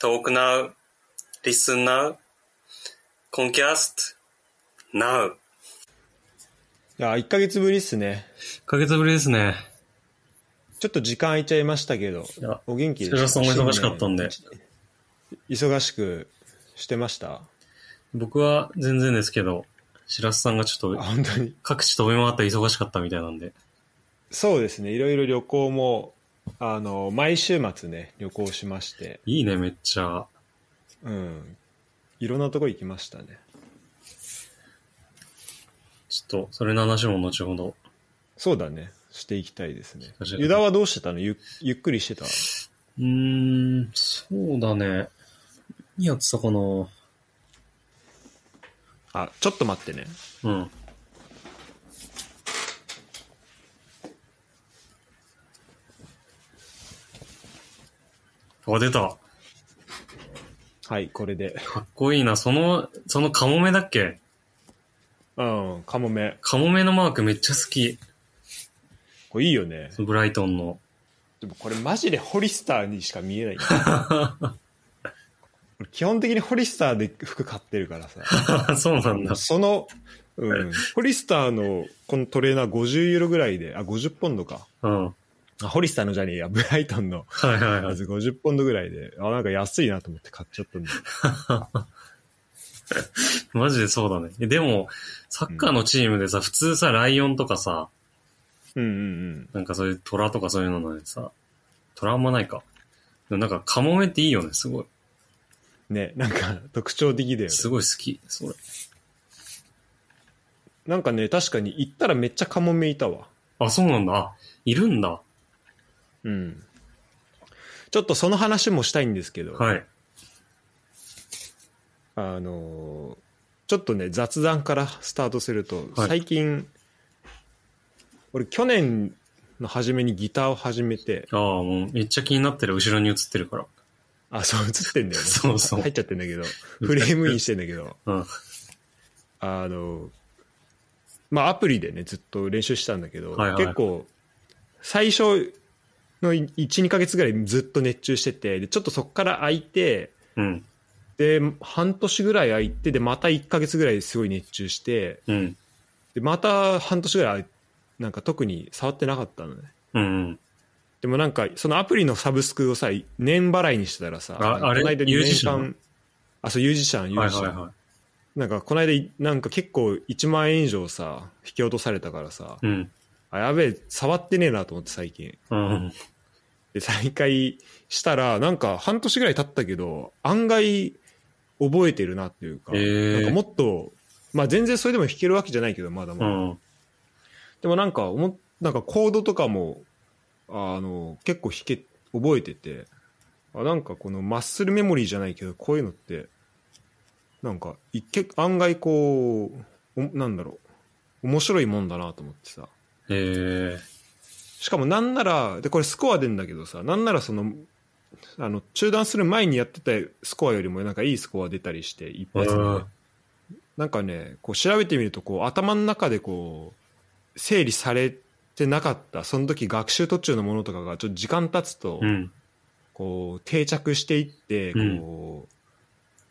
Talk now. Listen now. Concast now. いや、1ヶ月ぶりっすね。 1ヶ月ぶりですね。ちょっと時間空いちゃいましたけどいや、お元気それはその忙しかったんで。新年忙しくしてました僕は全然ですけど、白洲さんがちょっあと本当に。各地飛び回ったり忙しかったみたいなんで。そうですね、いろいろ旅行も、あの、毎週末ね、旅行しまして、いいね、めっちゃ。うん。いろんなとこ行きましたね。ちょっと、それの話も後ほど。そうだね、していきたいですね確か。にユダはどうしてたのゆゆっくりしてたうーん、そうだね。何やってたかなあ、ちょっと待ってね。うん。あ、出た。はい、これで。かっこいいな。その、そのカモメだっけうん、カモメ。カモメのマークめっちゃ好き。これいいよね。ブライトンの。 でもこれマジでホリスターにしか見えない。俺基本的にホリスターで服買ってるからさ。そうなんだ。その、うん、ホリスターのこのトレーナー50ユーロぐらいで、あ、50ポンドか。うん。はあホリスターのじゃねえや、ブライトンのいはいはやい。つ50ポンドぐらいで、あ、なんか安いなと思って買っちゃったんだ。マジでそうだね。えでも、サッカーのチームでさ、普通さ、ライオンとかさ、うんうんなんかそういう虎とかそういうのでさ、虎あんまないか。でもなんかカモメっていいよね、すごい。うん。ね、なんか特徴的だよね。すごい好き、それ。なんかね、確かに行ったらめっちゃカモメいたわ。あ、そうなんだ。あいるんだ。うん。ちょっとその話もしたいんですけど、はい。あのーちょっとね、雑談からスタートすると、はい最近、俺去年の初めにギターを始めて、ああ、もうめっちゃ気になってる。後ろに映ってるから。 あ、そう映ってんだよね。そうそう入っちゃってんだけど、フレームインしてんだけど、うん。あの、まあアプリでね、ずっと練習してたんだけど、はいはい結構、最初の1、2ヶ月ぐらいずっと熱中してて、でちょっとそこから空いて、うん。で、半年ぐらい空いて、で、また1ヶ月ぐらいすごい熱中して、うん。で、また半年ぐらい、なんか特に触ってなかったのね。うんうん。でもなんか、そのアプリのサブスクをさ、年払いにしてたらさ、ああれこの間 U 2字年じゃ間ん、あ、そう、U 字社、U はい字はい社。はなんか、この間、なんか結構1万円以上さ、引き落とされたからさ、い。うん。あ、やべえ、触ってねえなと思って最近。うん。で、再開したら、なんか半年ぐらい経ったけど、案外覚えてるなっていうか、へえなんかもっと、まあ全然それでも弾けるわけじゃないけど、まだまうだ。ん。でもなんか思っ、なんかコードとかも、あの、結構弾け、覚えてて、あなんかこのマッスルメモリーじゃないけど、こういうのって、なんか、いけ案外こう、おなんだろう、面白いもんだなと思ってさ。ええしかもなんなら、で、これスコア出んだけどさ、なんならその、あの、中断する前にやってたスコアよりもなんかいいスコア出たりして、一発で、うんなんかね、こう調べてみると、こう頭の中でこう、整理されてなかった、その時学習途中のものとかがちょっと時間経つと、うん。こう、定着していって、こう、うん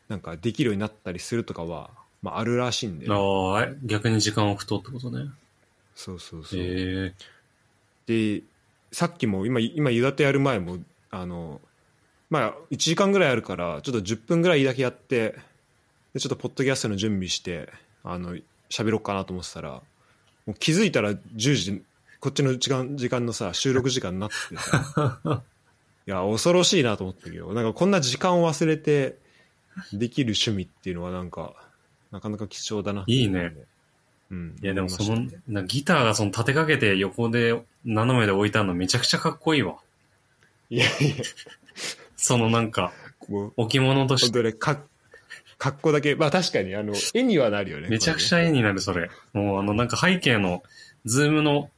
なんかできるようになったりするとかは、まああるらしいんで、ああ、え逆に時間を置くとってことね。そうそうそう。ええでさっきも今今湯立てやる前もあのまあ1時間ぐらいあるからちょっと10分ぐらいだけやってでちょっとポッドキャストの準備してあの喋ろうかなと思ってたらもう気づいたら10時こっちの時間時間のさ収録時間になっててさ いや恐ろしいなと思ったけどなんかこんな時間を忘れてできる趣味っていうのはなんかなかなか貴重だなっていいね。うん、いやでもそ思の、いましたねなギターがその立てかけて横で斜めで置いたのめちゃくちゃかっこいいわ。いやいやそのなんか、こう置物とし本て。当ね、か、格好だけ、まあ確かに、あの、絵にはなるよね。めちゃくちゃ。ゃ絵になる、それ。もうあのなんか背景の、ズームの、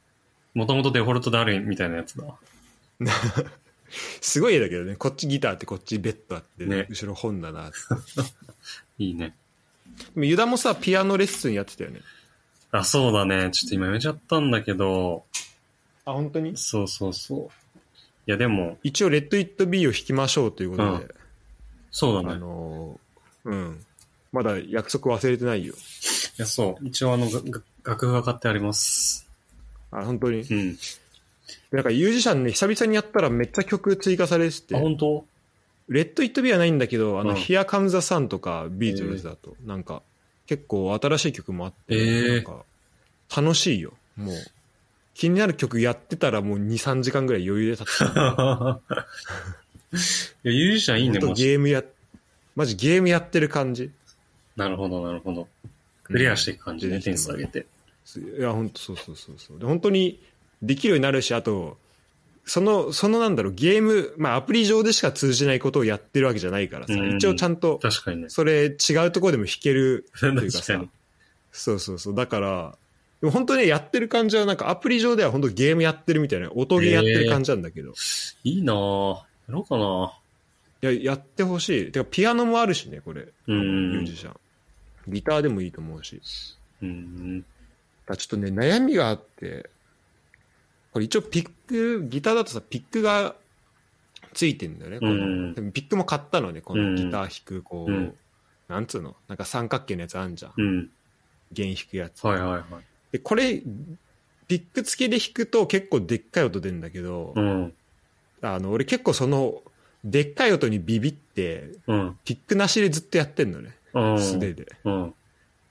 もともとデフォルトであるみたいなやつだ。すごい絵だけどね、こっちギターってこっちベッドあって、ね後ろ本棚あって。いいね。でもユダもさ、ピアノレッスンやってたよね。あ、そうだね。ちょっと今やめちゃったんだけど、あ、本当にそうそうそう。いやでも、一応、レッド・イット・ビーを弾きましょうということで、うんそうあだね。のうんまだ約束忘れてないよいや、そう。一応、あの、がが楽譜が買ってあります。あ本当にうん。なんかミュージシャンね久々にやったらめっちゃ曲追加されてあ、て本当「レッド・イット・ビー」はないんだけど「あのうん Here Comes the Sun」とかビートルズだとなんか結構新しい曲もあって、ええなんか楽しいよもう気になる曲やってたらもう23時間ぐらい余裕で立つ いや、ミュージシ ャンいいね、ほんともう。ゲームやマジゲームやってる感じなるほど、なるほど。クリアしていく感じうでん点数上げて。いや本当そうそうそうそうで本当にできるようになるしあとそのそのなんだろうゲーム、まあ、アプリ上でしか通じないことをやってるわけじゃないからさ、うん一応ちゃんと確かにね。それ違うところでも弾けるというか確かさに。そうそうそうだからでも本当にやってる感じはなんかアプリ上では本当ゲームやってるみたいな音ゲーやってる感じなんだけど、いいなぁ。やろうかないややってほしいてかピアノもあるしねこれうんミュージシャンギターでもいいと思うしうん。だからちょっとね、悩みがあって、これ一応ピック、ギターだとさ、ピックがついてんだよね。このうんでもピックも買ったのね、こうのんギター弾く、こう、うんなんつうの、なんか三角形のやつあんじゃん。うん。弦弾くやつ。はいはいはい。で、これ、ピック付きで弾くと結構でっかい音出るんだけど、うん。あの、俺結構その、でっかい音にビビって、うん。ピックなしでずっとやってんのね、うん。素手で。うん。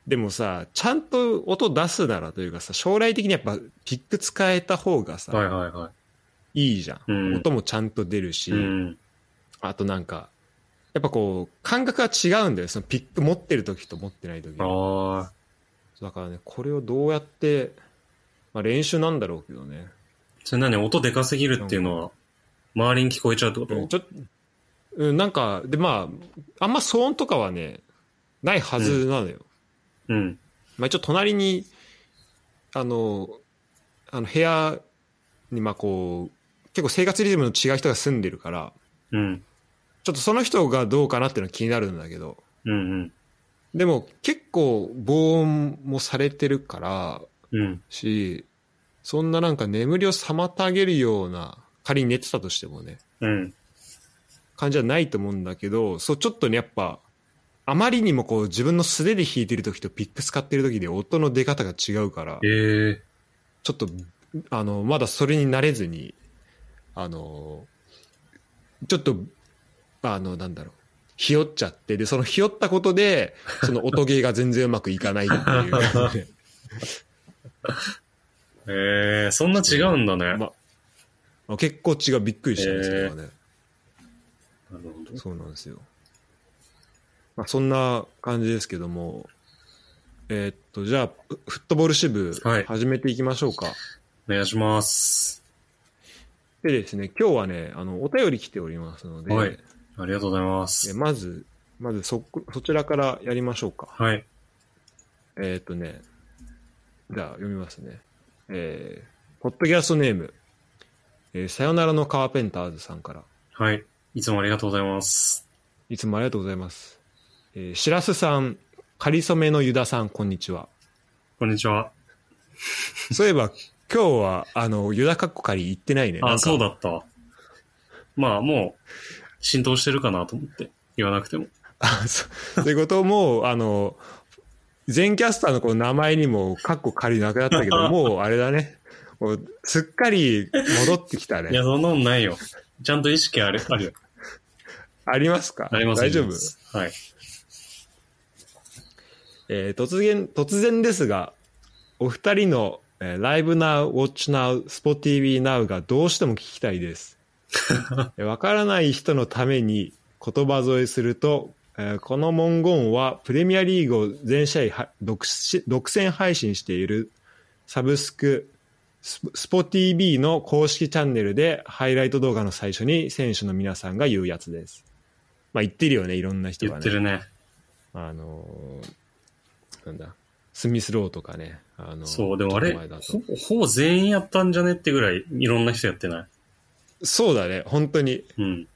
でもさ、ちゃんと音出すならというかさ、将来的にやっぱピック使えた方がさ、はいはいはいいじゃん、うん音もちゃんと出るし、。うん。あとなんかやっぱこう感覚が違うんだよそのピック持ってる時と持ってない時ああ。だからねこれをどうやって、まあ、練習なんだろうけどねそれ何音でかすぎるっていうのは、周りに聞こえちゃうってこちょっとと、うん、なんかでまああんま騒音とかはねないはずなのよ、うん。まあ、一応隣にあのあの部屋にまあこう結構生活リズムの違う人が住んでるからうん。ちょっとその人がどうかなっていうのは気になるんだけど、うんうん。でも結構防音もされてるからうん。し、そんななんか眠りを妨げるような、仮に寝てたとしてもね、うん。感じはないと思うんだけど、そうちょっとね、やっぱ、あまりにもこう自分の素手で弾いてる時とピック使ってる時で音の出方が違うからえ、え。ちょっと、あの、まだそれに慣れずに、あの、ちょっと、あの、なんだろう、ひよっちゃって、で、そのひよったことで、その音ゲーが全然うまくいかないっていう。ええ、そんな違うんだね。なるまあ、結構違う、びっくりしたね、それはね。ほど。そうなんですよ。まあ、そんな感じですけども、えーっと、じゃあ、フフットボール支部はい、始めていきましょうか。お願いします。でですね、今日はね、あの、お便り来ておりますので、はいありがとうございまえす。まず、まずそこ、そちらからやりましょうか。はい。えーっ、とね、じゃあ読みますね。えー、ポッドキャストネーム、えーさよならのカーペンターズさんから、はい。いつもありがとうございます。いつもありがとうございます。えー、しらすさん、かりそめのゆださん、こんにちは。こんにちは。そういえば、今日は、あの、ゆだかっこかり行ってないね。なんあ、かそうだった。まあ、もう、浸透してるかなと思って、言わなくても。あ そうということも、あの、全キャスターのこの名前にも、かっこ仮なくなった けど、もうあれだね。もうすっかり戻ってきたいや、ね。そんなもんないよ。ちゃんと意識あ る、あるよ。ありますかあります大丈あり夫ますはい。えー突然、突然ですが、お二人の、えー、Live Now, Watch Now, SpotTV Now がどうしても聞きたいです。えーわからない人のために言葉添えすると、えーこの文言はプレミアリーグを全試合は独し独占配信しているサブスク、ススポ TV の公式チャンネルでハイライト動画の最初に選手の皆さんが言うやつです。まあ言ってるよね、いろんな人言がね。ってるね。あのーなんだ、スミスローとかね、あのそう、でもあれちょっと前だ、ほとほぼ全員やったんじゃねってぐらい、いろんな人やってない。そうだね、本当に。うん。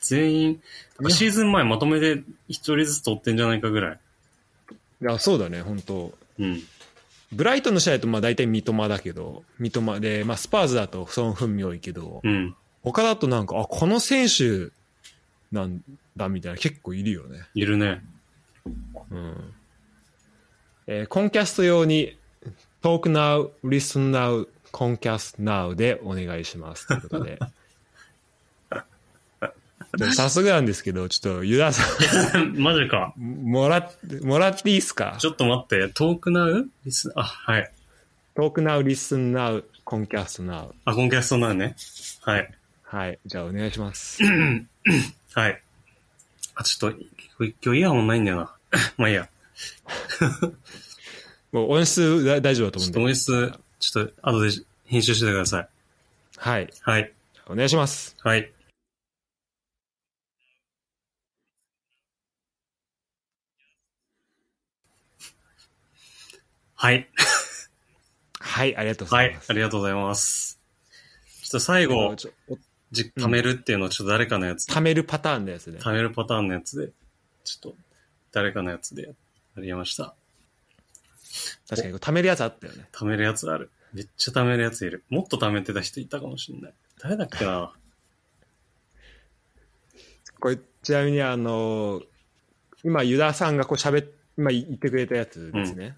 全員、なんかシーズン前まとめて一人ずつ取ってんじゃないかぐらい。いや、そうだね、本当。うん。ブライトンの試合だと、まあ大体三笘だけど、三笘で、まあスパーズだとソン・フンミョイけど、うん。他だとなんか、あ、この選手、なんだみたいな結構いるよね。いるね。うんえーコンキャスト用に Talk Now, Listen Now, Concast Now でお願いしますというこ とで。でも早速なんですけど、ちょっとユダさ マジか。ん、もらって、もらっていいですかちょっと待って、トークナウリスあ、はい。 ?Talk Now, Listen Now, Concast Now。あ、コンキャストナウね。はい。はい。じゃあお願いします。はい。あ、ちょっと、今日今日イヤホンないんだよな。 まあいいや。もう音質だ大丈夫だとち思ょうっんとで。音質、ちょっと後で編集しててください。はい。はい。お願いします。はい。はい。はい。ありがとうごはざいいま。す。ありがとうございます。ちょっと最後、ちょっとおじ貯めるっていうのをちょっと誰かのやつ、貯めるパターンのやつね。貯めるパターンのやつで、ちょっと誰かのやつでやりました。確かに、貯めるやつあったよね。貯めるやつある。めっちゃ貯めるやついる。もっと貯めてた人いたかもしれない。誰だっけなこれちなみにあの今ユダさんがこう喋っ今言ってくれたやつですね、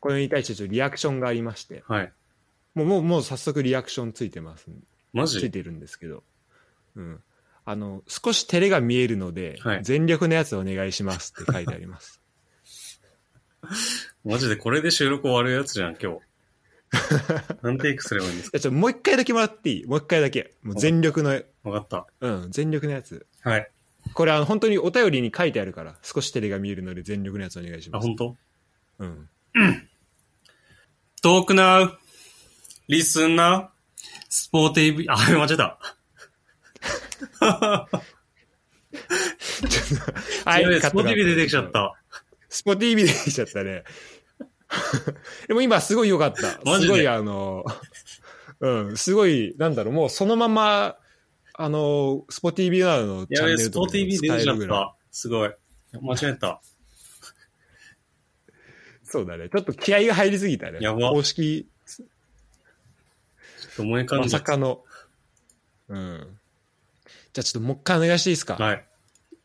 これに対してちょっとリアクションがありましてはい。もうもうもう早速リアクションついてますマついジてるんですけど、うん、あの少し照れが見えるので、はい全力のやつお願いしますって書いてあります マジでこれで収録終わるやつじゃん、今日。 何テイクすればいいんですいやちょっともう一回だけもらっていいもう一回だけもう全力の、かわかっうん、全力のやつた。はい。これあの本当にお便りに書いてあるから少し照れが見えるので全力のやつお願いしあ、ます本当うんトークナウ、リスンナウ、スポーティビ、あ、間違えた。はやべえい、スポーティビ出てきちゃっ。た。スポティビ出てきちゃったね。 でも今すごい良かった。マジですごいあの、うん、すごい、なんだろう、もうそのまま、あの、スポティビなどのチやャンべネえ、ルスポーとかティにもビ出使てえきちゃるっぐらい。た。すごい。間違えた。そうだね。ちょっと気合が入りすぎたね。やば公式、ちょっと思い浮かんまじゃさっかの。うん。じゃあちょっともう一回お願いしていいですか、たはい。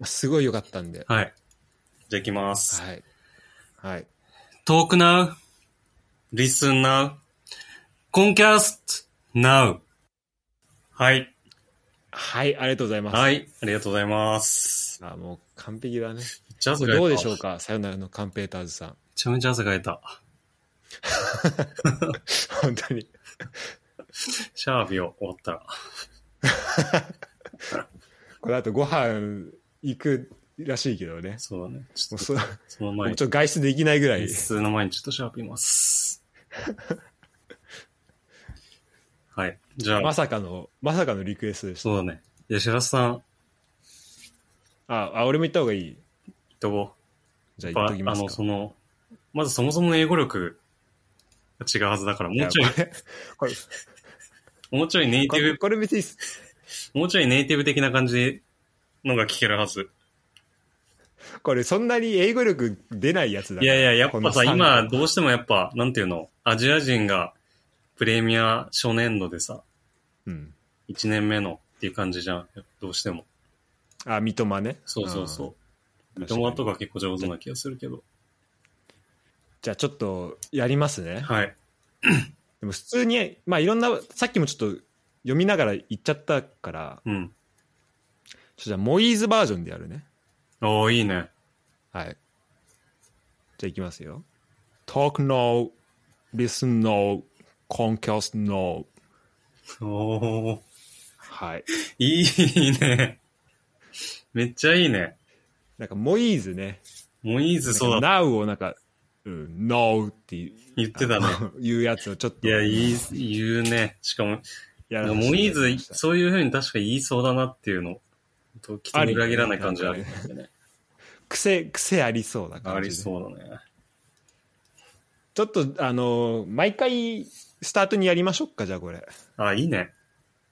すごい良かったんで。はい。じゃあ行きます。はい。はい。トークナウ、リスンナウ、コンキャストナウ。はい。はい、ありがとうございます。はい。ありがとうございます。あもう完璧だね。めっちゃ汗かいた。どうでしょうめかさよならのカンペーターズさん。ちゃめちゃ汗かいた。本当に。シャービを終わったら。これあとご飯行くらしいけどね。そうだね。ちょもっと、うそもそのう前にちょっと外出できないぐらい。普通の前にちょっとシャープい ます。はい。じゃあ、まさかの、まさかのリクエストでした。そうだね。じゃあ、白洲さん、行っあ、あ俺も行った方がいい。とこじゃあう。行やっっときぱまあすの、かそ。の、まずそもそもの英語力が違うはずだから、もうちょいや、これ、もうちょいネイこテれィこれ別にいいっす、ブ、もうちょいネイティブ的な感じのが聞けるはず。これそんなに英語力出ないやつだいやいや、やっこぱのさ、三今、どうしてもやっぱ、なんていうの、アジア人がプレミア初年度でさ、うん。 1年目のっていう感じじゃん。どうしても。あ、三笘ね。そうそうそう。うん。友達と確かにか結構上手な気がするけど。じゃあちょっとやりますね。はい。でも普通に、まあいろんな、さっきもちょっと読みながら言っちゃったから、うん。ちょっとじゃあモイーズバージョンでやるね。おー、いいね。はい。じゃあいきますよ。Talk no, listen no, conquest no. おー、はい。いいね。めっちゃいいね。なんか、モイーズね。もういいず、そうだ。だ。now をなんか、うん、no って言言ってたね。いうやつをちょっと。いや、いいい、言うね。しかも、やなんらかせもうていいいただきずま、したそういうふうに確か言いそうだなっていうの。と、きっと裏切らない感じある感じね。癖、癖ありそうな感じあで。りそうだね。ちょっと、あのー毎回、スタートにやりましょうか、じゃあこれ。あ、いいね。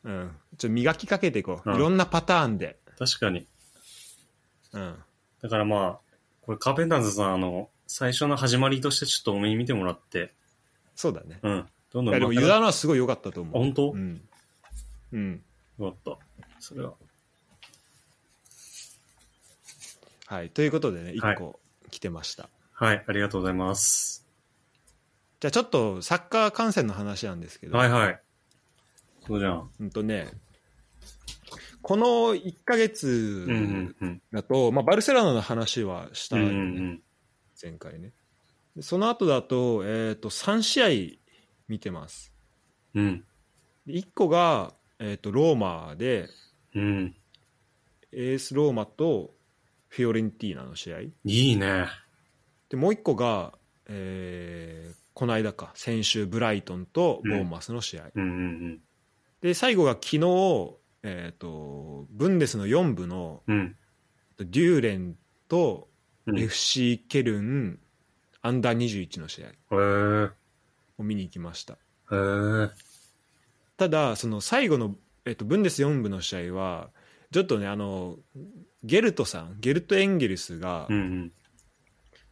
うん。ちょっと磨きかけていこう。うんいろんなパターンで。確かに。うん。だからまあ、これカーペンターズさん、あの、最初の始まりとしてちょっとお目に見てもらって、そうだね。うん。どんどいんや、でも、上手くなユダっのはすごい良かったと思う。あ本当うん。うん。よかった。それは。はい。ということでね、はい1個来てました。はい、ありがとうございます。じゃあちょっとサッカー観戦の話なんですけど、はいはい。そうじゃん。うんとね、この1ヶうんう月んうん。だと、まあ、バルセロナの話はしたうよんね、うん前回ね。でその後だと、えっ、と、3試合見てます。うん。うん。で1個が、えっ、と、ローマで、うん。エースローマとフィオレンティーナの試合。いいね。で、もう1個が、えーこの間か、先週、ブライトンとボーンマスの試合。うんうんで、最後が昨日、えっ、と、ブンデスの4部のうん。うん。デューレンとうん FC ケルン、アンダー21の試合へえ。を見に行きました。へえ。ただその最後の、えっと、ブンデス4部の試合はちょっとねあのゲルトさんゲルト・エンゲルスがうんうん。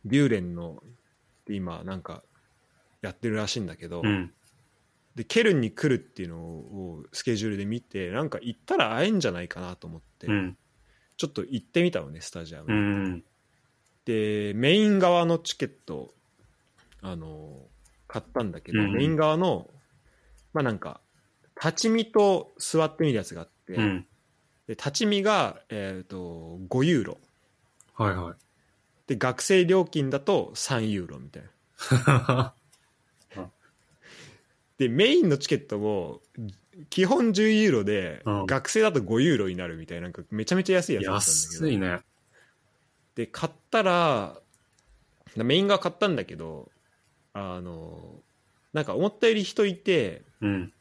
ビューレンの今なんかやってるらしいんだけど、うん。でケルンに来るっていうのをスケジュールで見てなんか行ったら会えんじゃないかなと思って、うん。ちょっと行ってみたのねスタジアムうに、ん。でメイン側のチケットあの買ったんだけど、うんメイン側のまあなんか立ち見と座ってみるやつがあって、うん。で立ち見が、えー、と5ユーロはいはい。で学生料金だと3ユーロみたいなでメインのチケットも基本10ユーロで、うん学生だと5ユーロになるみたいななんかめちゃめちゃ安いやつだったんだけど安いね。で買ったらメイン側買ったんだけどあのなんか思ったより人いてうん。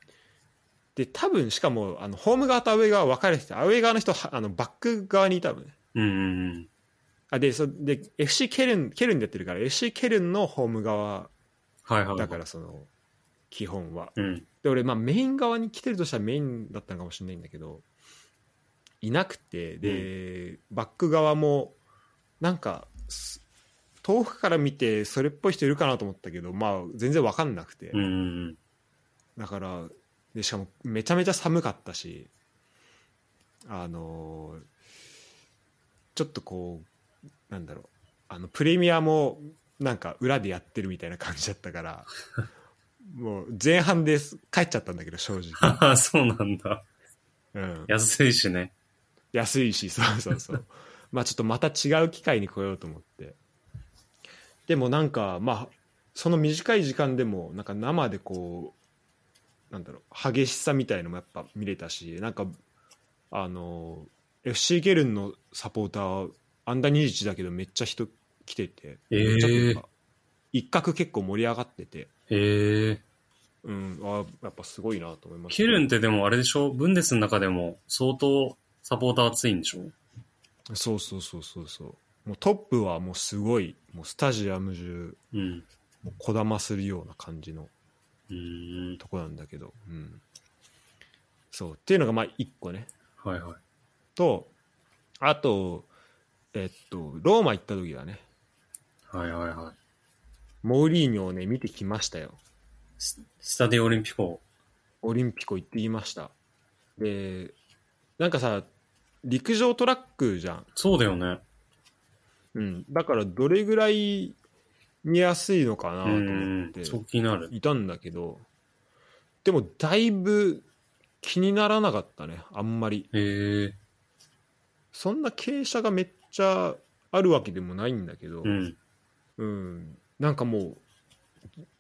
で多分しかもあのホーム側とアウェー側分かれててアウェー側の人はあのバック側にいたのねうんうんあでそで FC ケルンケルンでやってるから FC ケルンのホーム側うん。はいはい。だからその基本はうん。で俺まあメイン側に来てるとしたらメインだったのかもしれないんだけどいなくてで、バック側もなんかす遠くから見てそれっぽい人いるかなと思ったけどまあ全然分かんなくて、うんうんだからでしかもめちゃめちゃ寒かったしあのーちょっとこうなんだろうあのプレミアもなんか裏でやってるみたいな感じだったからもう前半です帰っちゃったんだけど正 直、うん。そうなんだ。うん、安いしね。安いし そうそ うそうまあちょっとまた違う機会に来ようと思ってでもなんかまあその短い時間でもなんか生でこうなんだろう激しさみたいのもやっぱ見れたしなんかあの FC ゲルンのサポーターアンダー21だけどめっちゃ人来てて、えーめっちゃというか一角結構盛り上がってて、へえ。うん、あやっぱすごいなと思いましたケルンってでもあれでしょブンデスの中でも相当サポーター熱いんでしょそうそうそうそうそうもうトップはもうすごいもうスタジアム中うん。もうこだまするような感じのうん。とこなんだけど、うん、そうっていうのがまあ1個ねはいはい。とあとえっとローマ行った時はねはいはいはい。モーリーニョをね見てきましたよススタディオオリンピコ。オリンピコ行ってきましたでなんかさ陸上トラックじゃん、そうだよね。うん、だからどれぐらい見やすいのかなうと思っんて、。そう気になる。いたんだけどでもだいぶ気にならなかったねあんまりへえ。そんな傾斜がめっちゃあるわけでもないんだけどう、ん。うんなんかもう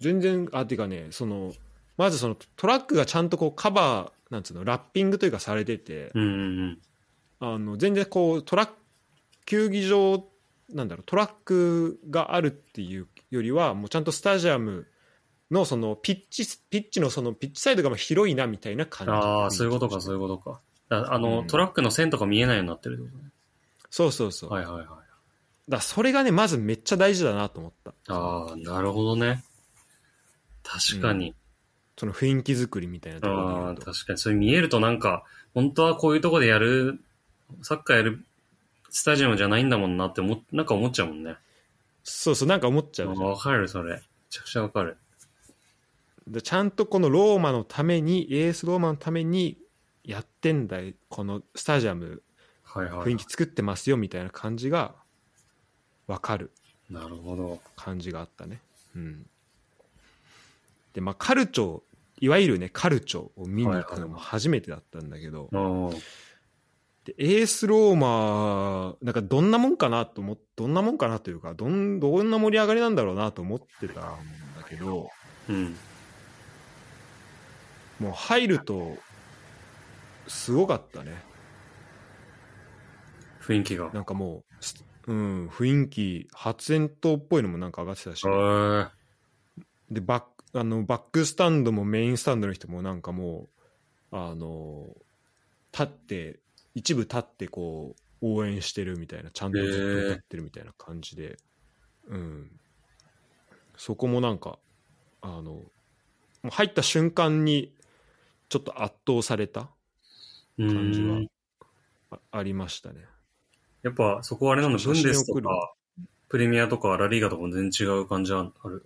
全然あていうかねそのまずそのトラックがちゃんとこうカバーなんつうのラッピングというかされてて、うんうんうん。あの全然こうトラック球技場なんだろうトラックがあるっていうよりはもうちゃんとスタジアムのそのピッチピッチのそのピッチサイドがまあ広いなみたいな感じああ、そういうことか、そういうことか。だあの、うんトラックの線とか見えないようになってるってことね。そうそうそう、はいはいはい。だからそれがねまずめっちゃ大事だなと思ったああ、なるほどね。確かに。その雰囲気作りみたいなところあで言あう、と確かに。それ見えるとなんか、本当はこういうとこでやる、サッカーやるスタジアムじゃないんだもんなって思っ、なんか思っちゃうもんね。そうそうなんか思っちあゃーうじゃんわかる、それ。めちゃくちゃわかる。でちゃんとこのローマのためにエースローマのためにやってんだいこのスタジアムはいはい。雰囲気作ってますよみたいな感じが分かるなるほど。感じがあったね。うん、でまあカルチョいわゆるねカルチョを見に行くのも初めてだったんだけど、うん。でエースローマなんかどんなもんかなと思っどんなもんかなというかどんどんな盛り上がりなんだろうなと思ってたんだけどうん。もう入るとすごかったね雰囲気が。なんかもうす、うん、雰囲気発煙筒っぽいのもなんか上がってたし、はでバックあのバックスタンドもメインスタンドの人もなんかもうあの立って一部立ってこう応援してるみたいなちゃんとずっと立ってるみたいな感じで、うん、そこもなんかあのもう入った瞬間にちょっと圧倒されたい。感じはうんあありましたね。やっぱそこはあれなの、写ブ真ンデスと送るか、プレミアとかラリーガとかも全然違う感じはある。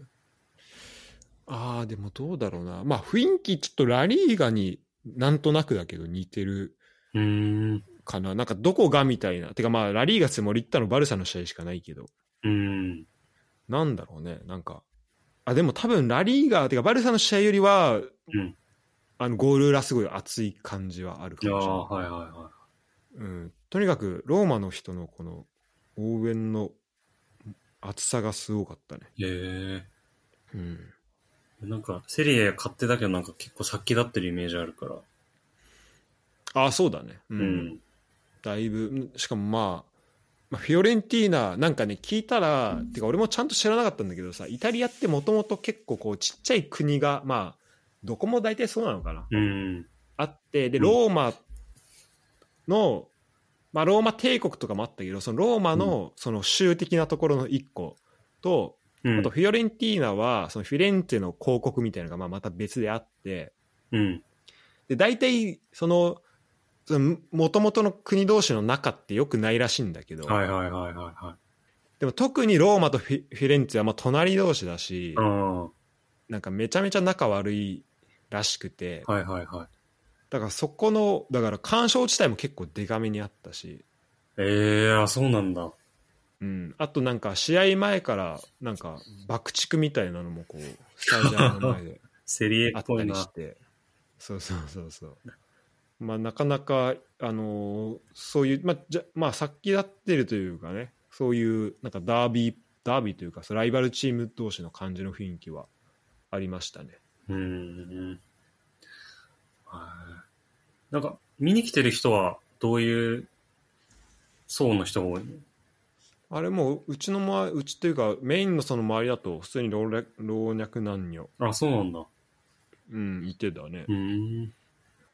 ああ、でもどうだろうな。まあ雰囲気ちょっとラリーガになんとなくだけど似てるうーん。かな。なんかどこがみたいな。てかまあラリーガつもリッタのバルサの試合しかないけど。うん。なんだろうね。なんか。あ、でも多分ラリーガ、てかバルサの試合よりは、うんあのゴール裏すごい熱い感じはあるいかやーもしれない。はいはいはうん、とにかくローマの人のこの応援の熱さがすごかったね。い。へうん。え。なんか、セリエ買ってたけどなんか結構先立ってるイメージあるから。ああ、そうだね。う。うんだいぶ、しかもまあ、まあ、フィオレンティーナ、なんかね、聞いたら、てか俺もちゃんと知らなかったんだけどさ、イタリアってもともと結構こう、ちっちゃい国が、まあ、どこも大体そうなのかな。うん。あって、で、うんローマの、まあ、ローマ帝国とかもあったけど、そのローマの、その州的なところの一個と、うん。あとフィオレンティーナは、そのフィレンツェの広告みたいなのが、まあ、また別であって、うん。で大体そのもともとの国同士の仲ってよくないらしいんだけど、はいはいはいはいはでも特にローマとフィフィレンツェはまあ隣同士だしい。、うん。はなんかめちゃめちゃ仲悪いらしくて、いはいはい。だからそこのだから干渉地帯も結構デカめにあったし、ええー、あ、そうなんだ。うん、あとなんか試合前からなんか爆竹みたいなのもこうスタジアムの前でセリエあっっぽたいりしな。てそうそうそうそうまあなかなかあのーそういうまあじゃまあ先立ってるというかねそういうなんかダービーダービーというかそうライバルチーム同士の感じの雰囲気はありましたねうん。はいなんか、見に来てる人は、どういう層の人が多いのあれもううちのまうちというかメインのその周りだと普通に老若老若男女あ、そうなんだ。うんいてだねう、ーん。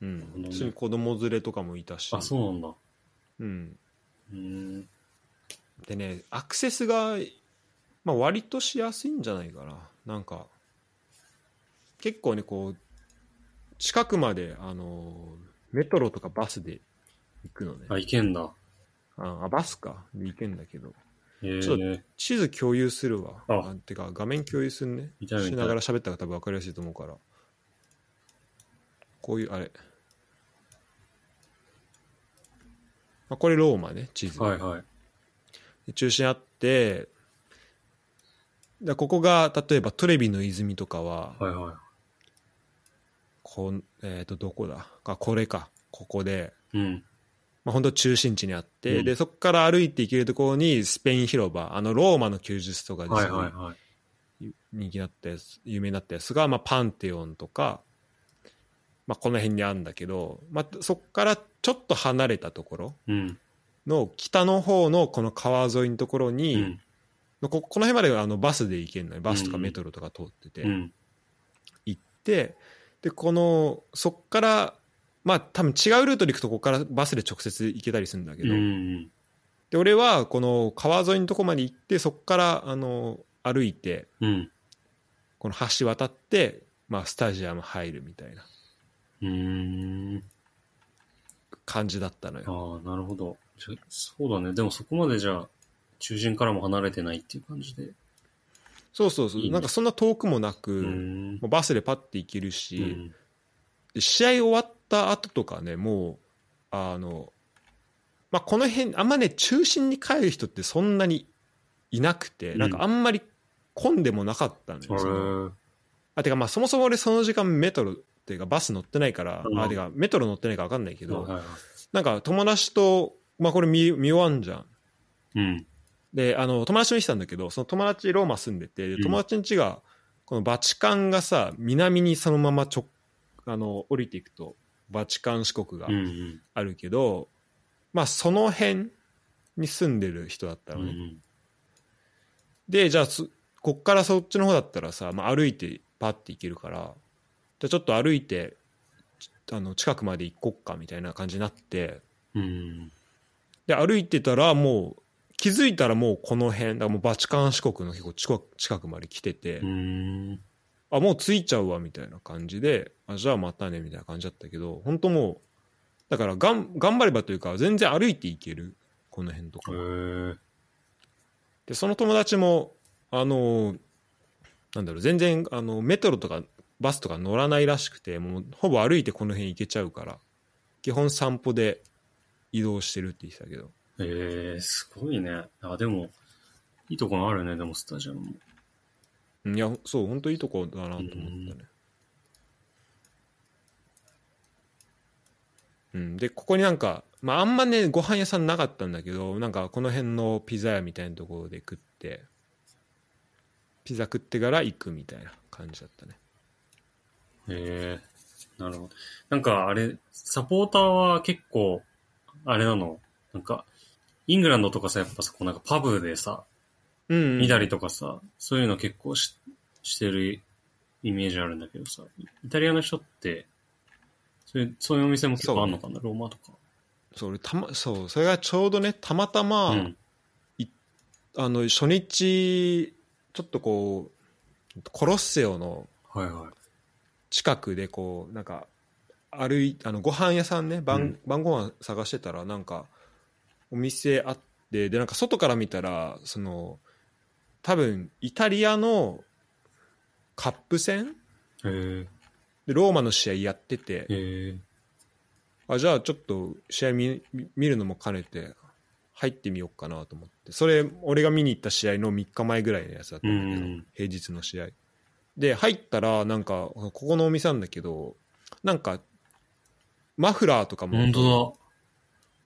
うんうん普通に子供連れとかもいたしあ、そうなんだ。ううん、ーん。でねアクセスが、まあ、割としやすいんじゃないかななんか結構ねこう近くまであのメトロとかバスで行くのね、あ、いけんだ。ああバスかで行けんだけどええちょっ地図共有するわあてか画面共有するね見したい見たいながら喋ったら多分分かりやすいと思うからこういうあれあこれローマね地図、はいはい。で中心あってだここが例えばトレビの泉とかは、はいはこんえー、とどこだあこれかここで、い。うん。まあ、本当中心地にあって、うんでそこから歩いて行けるところにスペイン広場あのローマの休日とかはでいすごはいいはい。人気になったやつ有名になったやつが、まあ、パンテオンとか、まあ、この辺にあるんだけど、まあ、そこからちょっと離れたところうん。の北の方のこの川沿いのところうに、ん。のここの辺まではあのバスで行けるのよバスとかメトロとか通ってて、うん。行ってでこのそっからまあ多分違うルートで行くとここからバスで直接行けたりするんだけうど、ん。で俺はこの川沿いのとこまで行ってそこからあの歩いてうん。この橋渡って、まあ、スタジアム入るみたいなうーん。感じだったのよ。ああ、なるほど。じゃそうだね。でもそこまでじゃあ、中心からも離れてないっていう感じで。そうそうそういいねなんかそんな遠くもなく、うーん。もうバスでパッて行けるし、うんで試合終わった後とかねもうあの、まあ、この辺あんまね中心に帰る人ってそんなにいなくて、うんなんかあんまり混んでもなかったのよ、そのうんあてかまあそもそも俺その時間メトロっていうかバス乗ってないから、うんあてかメトロ乗ってないから分かんないけど、はいはいなんか友達と、まあ、これ見見終わんじゃんうん。であの友達と見てたんだけどその友達ローマ住んでてうん友達の家がこのバチカンがさ南にそのままちょあの降りていくとバチカン四国がうんうんあるけど、まあその辺に住んでる人だったうのね、んでじゃあそこっからそっちの方だったらさ、まあ、歩いてパッて行けるからじゃあちょっと歩いてちあの近くまで行こっかみたいな感じになってうんうんで歩いてたらもう気づいたらもうこの辺だからもうバチカン四国の結構近く近くまで来てて、うんあもう着いちゃうわみたいな感じであじゃあまたねみたいな感じだったけど本当もうだからがん頑張ればというか全然歩いていけるこの辺とかへーでその友達もあのーなんだろう全然あのメトロとかバスとか乗らないらしくてもうほぼ歩いてこの辺行けちゃうから基本散歩で移動してるって言ってたけどえー、すごいね。あ、でも、いいところあるね、でもスタジアムも。うんいやそう本当いいとこだなと思ったねうんでここになんか、まあ、あんまねご飯屋さんなかったんだけどなんかこの辺のピザ屋みたいなところで食ってピザ食ってから行くみたいな感じだったねえー、なるほど。なんかあれ、サポーターは結構、あれなの、なんか、イングランドとかさ、やっぱさ、こうなんかパブでさ、うんうん、見たりとかさ、そういうの結構ししてるイメージあるんだけどさ、イタリアの人って、そういうそういうお店も結構あんのかな、ローマとか。そう俺たまそうそれがちょうどねたまたま、うん。あの初日ちょっとこうコロッセオのはいはい。近くでこうなんか歩いあのご飯屋さんね晩,、うん晩ご飯探してたらなんかお店あってでなんか外から見たらその多分イタリアのカップ戦えー、でローマの試合やっててえー、あじゃあちょっと試合見見るのも兼ねて入ってみようかなと思ってそれ俺が見に行った試合の3日前ぐらいのやつだったんだけど、うん平日の試合で入ったらなんかここのお店なんだけどなんかマフラーとか本も当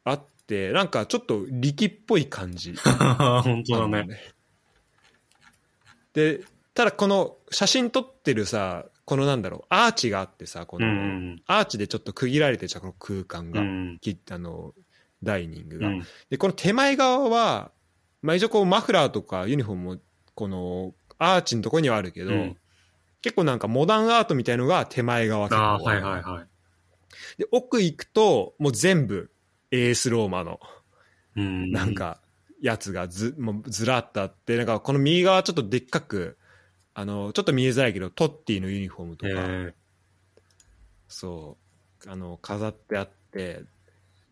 あってなんかちょっと力っぽい感じだ。 本当だあねの。でただこの写真撮ってるさこのなんだろうアーチがあってさこうの、んアーチでちょっと区切られてちゃこの空う間ん。うが、ん。きあのダイニングうが、ん。でこの手前側は、まあ、一応こうマフラーとかユニフォームもこのアーチのとこにはあるけど、うん結構なんかモダンアートみたいのが手前側結構ああー、はいはいはで奥行くともう全部エースローマのい。うん。なん、かやつがず,、もうずらっとあってなんかこの右側ちょっとでっかくあのちょっと見えづらいけどトッティのユニフォームとえか、ー、そうあの飾ってあってだか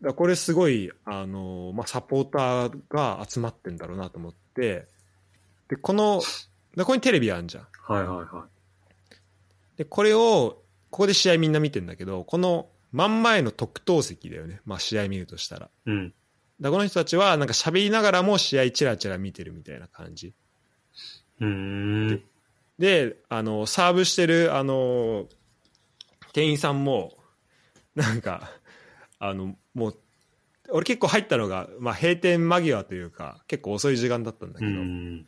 らこれすごいあの、まあ、サポーターが集まってんだろうなと思ってでこのでここにテレビあるじゃんはいはいはでこれをここで試合みんな見てんだけどこの真ん前の特等席だよね、まあ、試合見るとしたらい。うん。だからこの人たちはなんか喋りながらも試合チラチラ見てるみたいな感じうーん。であのサーブしてるあの店員さんもなんかあのもう俺結構入ったのが、まあ、閉店間際というか結構遅い時間だったんだうけど、もん。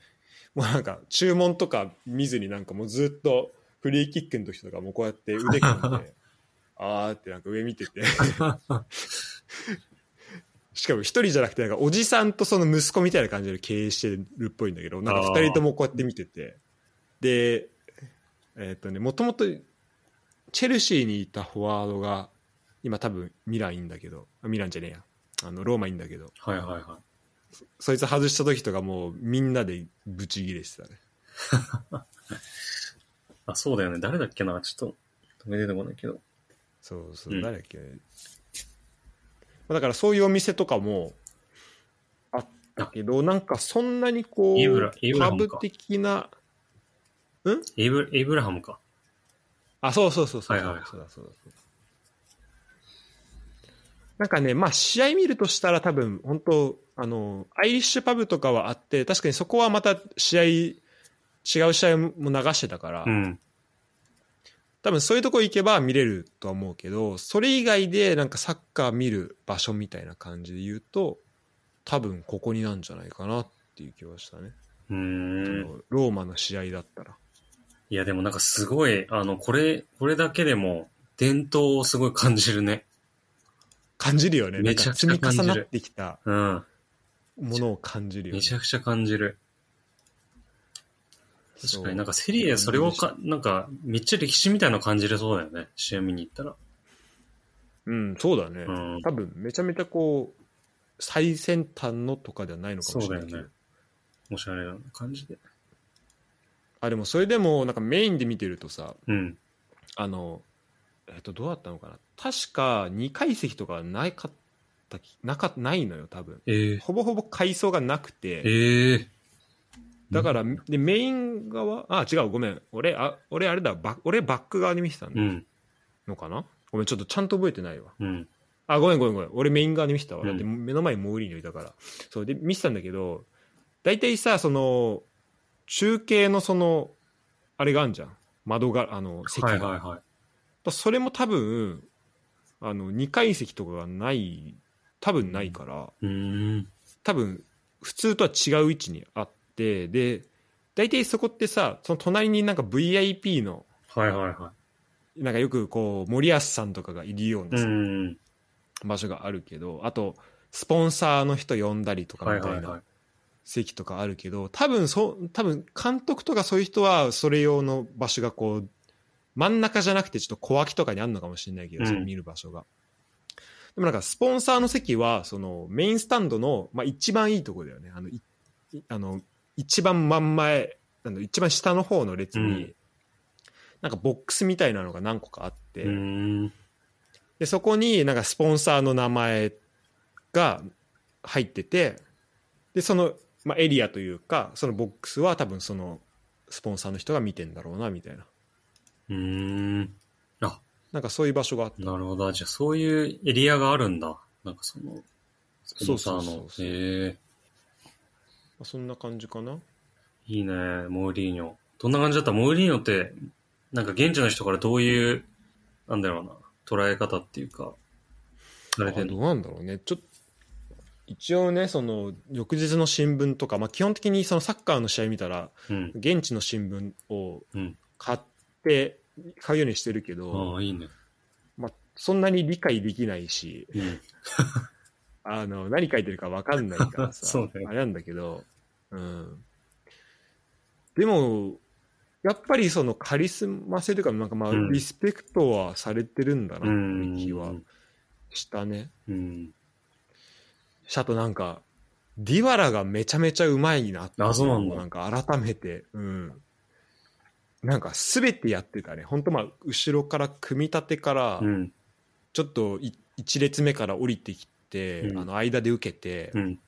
うなんか注文とか見ずになんかもうずっとフリーキックの時とかもうこうやって腕組んであーってなんか上見ててしかも一人じゃなくてなんかおじさんとその息子みたいな感じで経営してるっぽいんだけどなんか二人ともこうやって見ててでえっ、とねもともとチェルシーにいたフォワードが今多分ミランいいんだけどあミランじゃねえやあのローマいいんだけどはいはいはそいつ外した時とかもうみんなでブチギレしてたねい。あ、そうだよね。誰だっけなちょっと、止めててこないけど。そうそううん誰だっけ、まあだからそういうお店とかもあったけどなんかそんなにこイブライブうラパハムブか的なエイブエイブラハムか。あそうそうそうそうはいはいそうだそうだそうだなんかね、まあ、試合見るとしたら多分、本当あの、アイリッシュパブとかはあって、確かにそこはまた試合、違う試合も流してたから、うん。多分そういうとこ行けば見れるとは思うけど、それ以外でなんかサッカー見る場所みたいな感じで言うと、多分ここになんじゃないかなっていう気はしたね。うそーん。のローマの試合だったら。いや、でもなんかすごい、あの、これ、これだけでも、伝統をすごい感じるね。感じるよね。なんめちかゃくち積ゃみ感じる重なってきたうん。ものを感じるよめね。ちゃくちゃ感じる。そう確かになんかセリエ、それをか、なんか、めっちゃ歴史みたいなの感じれそうだよね。試合見に行ったら。うん、そうだね。うん。多分めちゃめちゃこう、最先端のとかではないのかもしれないけそうだよど。ねおしゃれな感じで。あ、でもそれでもなんかメインで見てるとさ、うん。あの、えっと、どうだったのかな。確か2階席とかはなかったき、なか、ないのよ、多分。ええほぼほぼ階層がなくて、ええだから、で、メイン側、あ、違う、ごめん。俺、あ、俺、あれだ、バ俺、バック側で見てたうのん。かな、ごめん、ちょっとちゃんと覚えてないわ。うん。あ、ごめんごめんごめん。俺メイン側で見てたわ。うんだって目の前にモーリーニョいたから。そう、で、見てたんだけど、大体さ、その、中継のその、あれがあるじゃん。窓が、あの、席が。はいはいはい。それも多分、あの、2階席とかがない、多分ないから、うーん。多分、普通とは違う位置にあって、で、大体そこってさ、その隣になんか VIP の、はいはいはなんかよくこう、森保さんとかがいるようい。なうさ、ん。場所があるけど、あと、スポンサーの人呼んだりとかはいみたはいいは。ない席とかあるけど、多分そ、多分監督とかそういう人はそれ用の場所がこう、真ん中じゃなくてちょっと小脇とかにあるのかもしれないけど、うんその見る場所が。でもなんかスポンサーの席は、そのメインスタンドの、まあ一番いいとこだよね。あの、いあの一番真ん前、あの一番下の方の列に、うんなんかボックスみたいなのが何個かあって、うーん。でそこになんかスポンサーの名前が入っててでその、まあ、エリアというかそのボックスは多分そのスポンサーの人が見てんだろうなみたいなうーん。なんかそういう場所があってなるほど。じゃあ、そういうエリアがあるんだ。なんかその、スポンサーの。そうそうそうそうえまあそんな感じかなえいいね、モーリーニョ。どんな感じだったモーリーニョって、なんか現地の人からどういう、なんだろうな、捉え方っていうか、されてあんどのうなんだろうねちょっと一応ねその翌日の新聞とか、まあ、基本的にそのサッカーの試合見たらうん。現地の新聞をうん。買って買うようにしてるけど、ああ、いいね。まあ、そんなに理解できないしうん。あの、何書いてるか分かんないからさ、 そうだよあれなんだけど、うん。でも、やっぱりそのカリスマ性というか、なんかまあ、うんリスペクトはされてるんだなってう。いうん気はしたね。うん。しあとなんか、ディワラがめちゃめちゃうまいなっていあそうなんだなんか改めて、うん。なんか全てやってたね。本当まあ、後ろから組み立てから、うん。ちょっとい一列目から降りてきて、うんあの間で受けて、うん。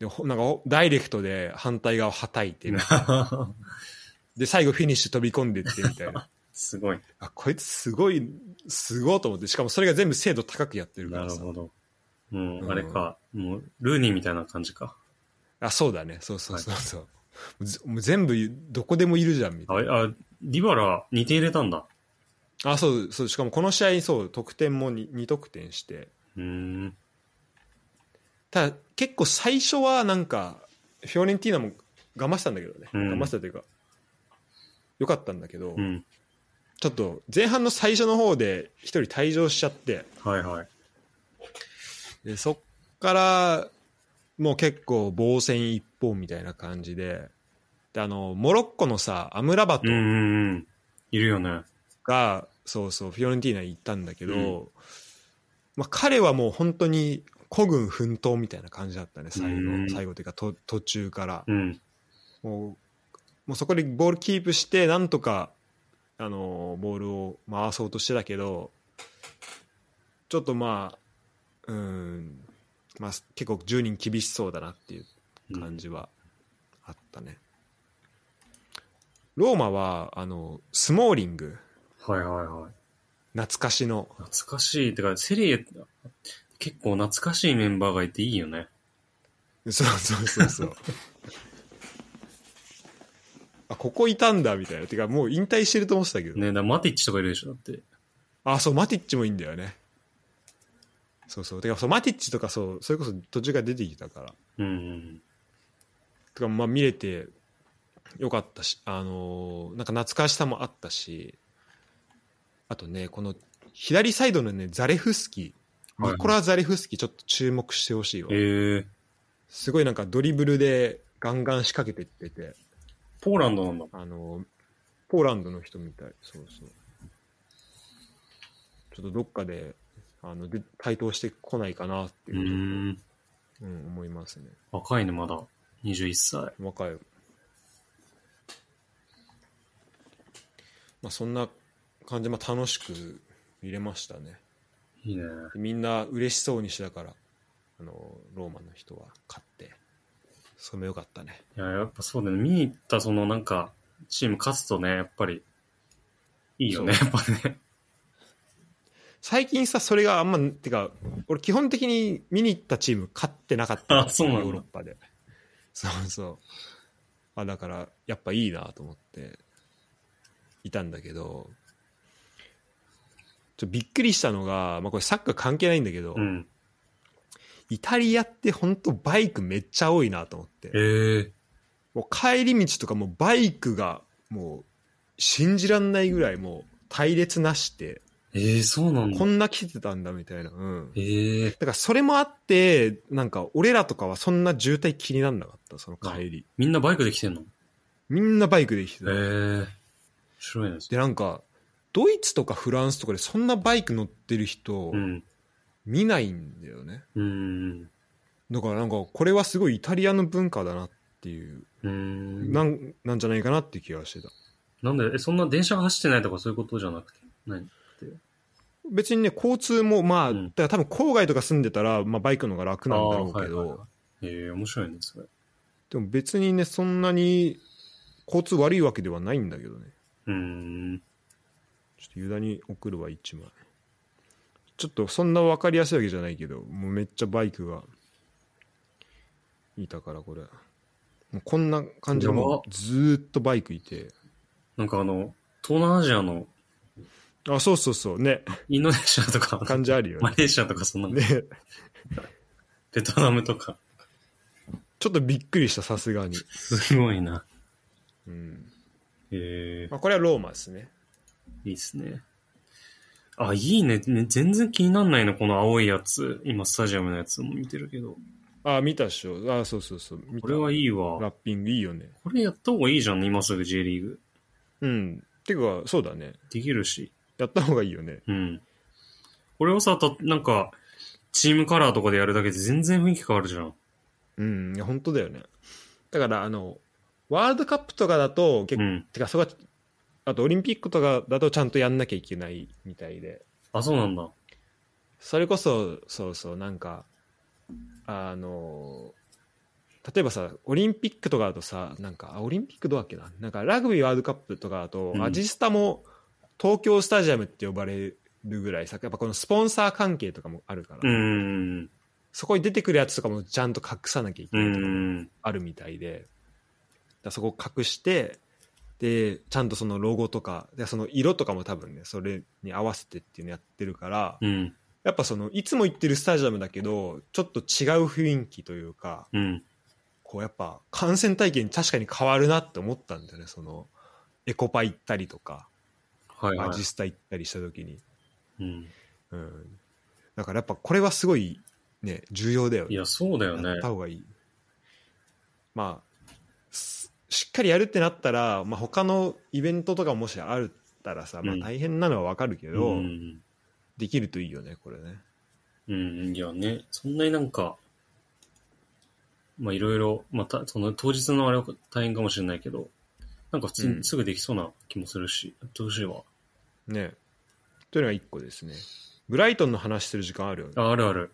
でほなんかほダイレクトで反対側はたいて、で最後フィニッシュ飛び込んでってみたいな すごい。あこいつすごいすごいと思ってしかもそれが全部精度高くやってるかならるさほど。もううんあれか、もう、ルーニーみたいな感じか。あそうだねそうそうそうそう、ぜもう全部どこでもいるじゃんみたいあ、あディバラ、2点入れたんだ。なあそうそうしかもこの試合そう得点も 2, 得点してうーん。ただ結構最初はなんかフィオレンティーナも我慢したんだけどね、うん我慢したというかよかったんだけど、うん。ちょっと前半の最初の方で一人退場しちゃって、はいはい。でそっからもう結構防戦一方みたいな感じでであのモロッコのさアムラバトうんうんうん。いるよね。が、そうそうフィオレンティーナに行ったんだけど、うんまあ、彼はもう本当に孤軍奮闘みたいな感じだったね最後、うん最後というかと途中から、うん。もうもうそこでボールキープしてなんとかあのボールを回そうとしてたけどちょっとまあうん、まあ、結構10人厳しそうだなっていう感じはあったね、ローマはあのスモーリングはいはいはい。懐かしの懐かしい。てか、セリエ、結構懐かしいメンバーがいていいよね。そうそうそうそうあここいたんだみたいなてかもう引退してると思ってたけど、ねだからマティッチとかいるでしょ、だって。あそうマティッチもいいんだよねそうそうてかそうマティッチとかそうそれこそ途中から出てきたからうんうん。とかまあ見れてよかったし、あのーなんか懐かしさもあったしあとねこの左サイドのねザレフスキー、はいニコラ・ザレフスキーちょっと注目してほしいわ、えー、すごいなんかドリブルでガンガン仕掛けてっててポーランドなんだ。あのポーランドの人みたいそうそうちょっとどっかであので台頭してこないかなってういうのをーん。うん、思いますね若いね、まだ。21歳。若い、まあ、そんな感じで、まあ、楽しく見れましたねいいね。でみんな嬉しそうにしてたからあのローマの人は勝ってそれもよかったねいや、やっぱそうだよね。見に行った、そのなんか、チーム勝つとね、やっぱり、いいよね、やっぱね。最近さそれがあんまてか俺基本的に見に行ったチーム勝ってなかったあそうなんだヨーロッパでそうそうあだからやっぱいいなと思っていたんだけどちょびっくりしたのが、まあ、これサッカー関係ないんだけど、うん。イタリアって本当バイクめっちゃ多いなと思ってえー、もう帰り道とかもうバイクがもう信じらんないぐらいもう隊列なしてえー、そうなんだこ。んな来てたんだみたいな、うん、えー、だからそれもあって、なんか俺らとかはそんな渋滞気になんなかった、その帰り。みんなバイクで来てんのみんなバイクで来てえた。ー、面白いです。で、なんか、ドイツとかフランスとかでそんなバイク乗ってる人うん。見ないんだよね。うん。だからなんかこれはすごいイタリアの文化だなっていう、うん。なんなんじゃないかなっていう気がしてた。なんで、え、そんな電車が走ってないとかそういうことじゃなくて。何別にね、交通もまあ、うんだから多分郊外とか住んでたら、まあバイクの方が楽なんだろうけど、あーはいはいはえー、面白いね、それ。でも別にね、そんなに交通悪いわけではないんだけどね。うん。ちょっとユダに送るわ、1枚。ちょっとそんな分かりやすいわけじゃないけど、もうめっちゃバイクがいたから、これ。もうこんな感じで、やばもうずーっとバイクいて。なんかあの、東南アジアのあ、そうそうそう、ね。インドネシアとか、感じあるよマね。レーシアとかそんな、ね。ベトナムとか。ちょっとびっくりした、さすがに。すごいな。うん。えまあ、これはローマですね。ー、いいっすね。あ、いいね。ね全然気になんないの、この青いやつ。今、スタジアムのやつも見てるけど。あ、見たっしょ。あ、そうそうそう。見たこれはいいラわ。ッピングいいよね。これやった方がいいじゃん、今すぐ J リーグ。うん。てか、そうだね。できるし。やった方がいいよね。うん。これをさ、た、なんか、チームカラーとかでやるだけで全然雰囲気変わるじゃん。うん。いや、本当だよね。だから、あの、ワールドカップとかだと結構うん。てかそこはあとオリンピックとかだとちゃんとやんなきゃいけないみたいであ、そうなんだ。それこそそうそうなんかあの例えばさオリンピックとかだとさなんかあオリンピックどうだっけななんかラグビーワールドカップとかだと、うんアジスタも東京スタジアムって呼ばれるぐらいさやっぱこのスポンサー関係とかもあるから、うーん。そこに出てくるやつとかもちゃんと隠さなきゃいけうないとかもーん。あるみたいでだからそこを隠してでちゃんとそのロゴとかでその色とかも多分ねそれに合わせてっていうのやってるから、うん。やっぱそのいつも行ってるスタジアムだけどちょっと違う雰囲気というかうん。こうやっぱ観戦体験確かに変わるなって思ったんだよねそのエコパ行ったりとか、はい、はアジい。スタ行ったりした時に、うん。うん、だからやっぱこれはすごいね重要だよねいや、そうだよやねっ。た方がいい。まあ、すしっかりやるってなったら、まあ、他のイベントとかもしあるったらさ、まあ、うん大変なのはわかるけうど、ん。できるといいよね、これね。うん。いやね、そんなになんか、まあ、いろいろ、まあ、た、その当日のあれは大変かもしれないけど、なんか普通うにんすぐできそうな気もするし、やってほしいわ。ね。というのが1個ですね。ブライトンの話する時間あるよね。あ、あるある。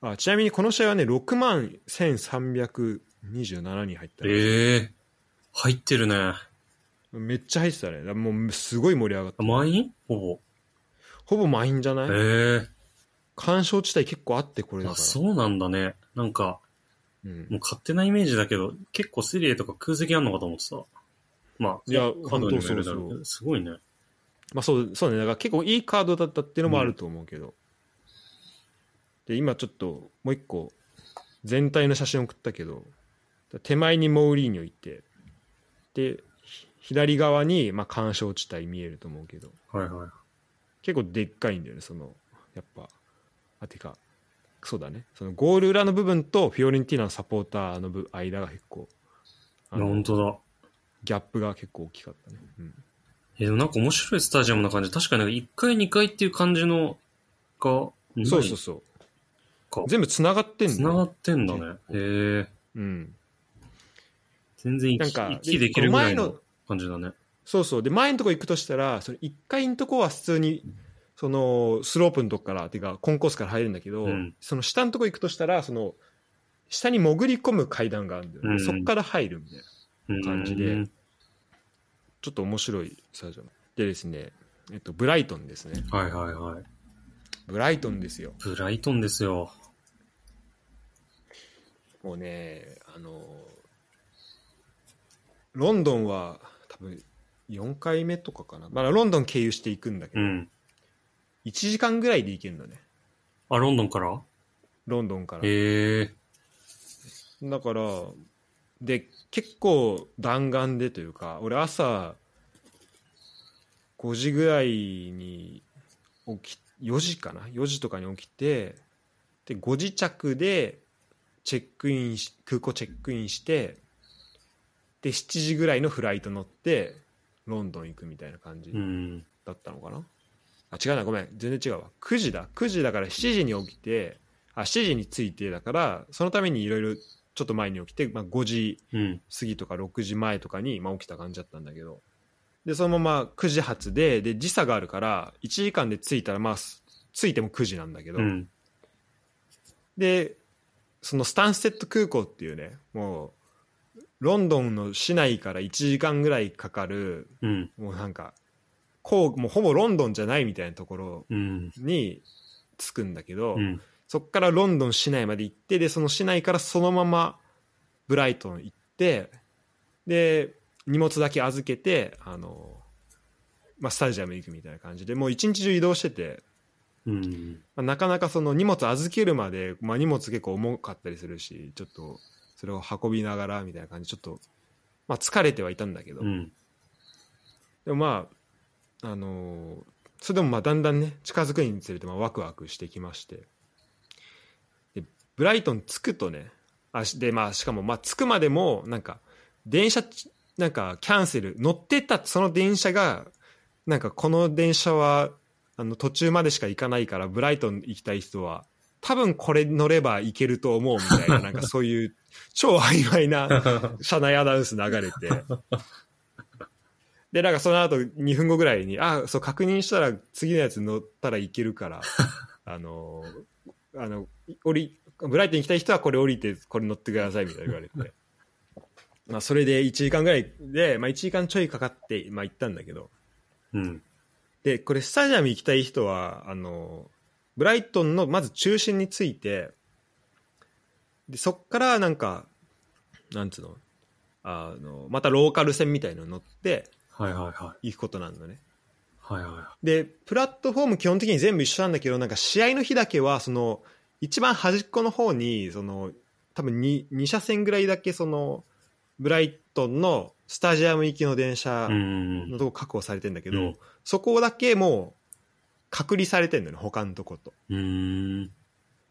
あちなみにこの試合はね、6万1327人入ったね、ええー、入ってるね。めっちゃ入ってたね。だからもうすごい盛り上がっあた。満員ほぼ。ほぼ満員じゃない、ええ干渉地帯結構あってこれだあ、からそうなんだね。なんか、うもん、う勝手なイメージだけど、結構セリエとか空席あんのかと思ってた。まあ、いやカードにもよるだろう本け当そうど、すごいね。まあそうそうねだから結構いいカードだったっていうのもあると思うけど、で今ちょっともう一個全体の写真送ったけど手前にモーリーニョいてでひ左側にまあ干渉地帯見えると思うけどはいはい。結構でっかいんだよねそのやっぱあてかそうだねそのゴール裏の部分とフィオレンティーナのサポーターの部間が結構あいや、の本当だ。ギャップが結構大きかったね、うんえ、でもなんか面白いスタジアムな感じ。確かになんか1階2階っていう感じのが、そうそうそそうか全部つながってんの繋がってんだね。へえ。うん全然なん行きか行きできるぐらいこの前のの感じだね。そうそうで前のとこ行くとしたらその1階のとこは普通にそのスロープのとこからっていうかコンコースから入れるんだけど、うんその下のとこ行くとしたらその下に潜り込む階段があるんだよね、うんそっから入るみたいなうん感じでちょっと面白いスタジアムでですね、えっと、ブライトンですねはいはいはい。ブライトンですよブライトンですよ。もうねあのロンドンは多分4回目とかかなまだロンドン経由していくんだけうど、ん。 1時間ぐらいで行けるのねあ、ロンドンからロンドンからへえ。だからで結構弾丸でというか俺朝5時ぐらいに起き4時かな4時とかに起きてで5時着でチェックインし空港チェックインしてで7時ぐらいのフライト乗ってロンドン行くみたいな感じうん。だったのかなあ違うなごめん全然違うわ9時だ9時だから7時に起きてあ7時に着いてだからそのためにいろいろちょっと前に起きて、まあ、5時うん。過ぎとか6時前とかに、まあ、起きた感じだったんだけどでそのまま9時発でで時差があるから1時間で着いたらまあす着いても9時なんだけど、うん。でそのスタンステッド空港っていうねもうロンドンの市内から1時間ぐらいかかるうん。もうなんかこうもうほぼロンドンじゃないみたいなところうん。に着くんだけど、うん。そっからロンドン市内まで行ってでその市内からそのままブライトン行ってで荷物だけ預けてあの、まあ、スタジアム行くみたいな感じでもう一日中移動してて、うん。まあなかなかその荷物預けるまで、まあ、荷物結構重かったりするしちょっとそれを運びながらみたいな感じでちょっと、まあ、疲れてはいたんだけど、うん。でもまあ、あのーそれでもまあだんだんね近づくにつれてまあワクワクしてきましてでブライトン着くとねあしで、まあ、しかもまあ着くまでもなんか電車ちなんかキャンセル乗ってたその電車がなんかこの電車はあの途中までしか行かないからブライトン行きたい人は多分これ乗れば行けると思うみたいななんかそういう超曖昧な 社内アナウンス流れてでなんかその後2分後ぐらいにあそう確認したら次のやつ乗ったらいけるから あのあの降りブライトン行きたい人はこれ降りてこれ乗ってくださいみたいな言われてまあそれで1時間ぐらいで、まあ、1時間ちょいかかって、まあ、行ったんだけどうん。でこれスタジアム行きたい人はあのブライトンのまず中心についてでそっからなんかなんつうのあのまたローカル線みたいの乗ってはいはいは行くことなんだねい。はいはでプラットフォーム基本的に全部一緒なんだけどなんか試合の日だけはその一番端っこの方にその多分 2, 2車線ぐらいだけそのブライトンのスタジアム行きの電車、い。うん。のとこ確保されてんだけど、うんそこだけもう隔離されてんのね他のとことうん。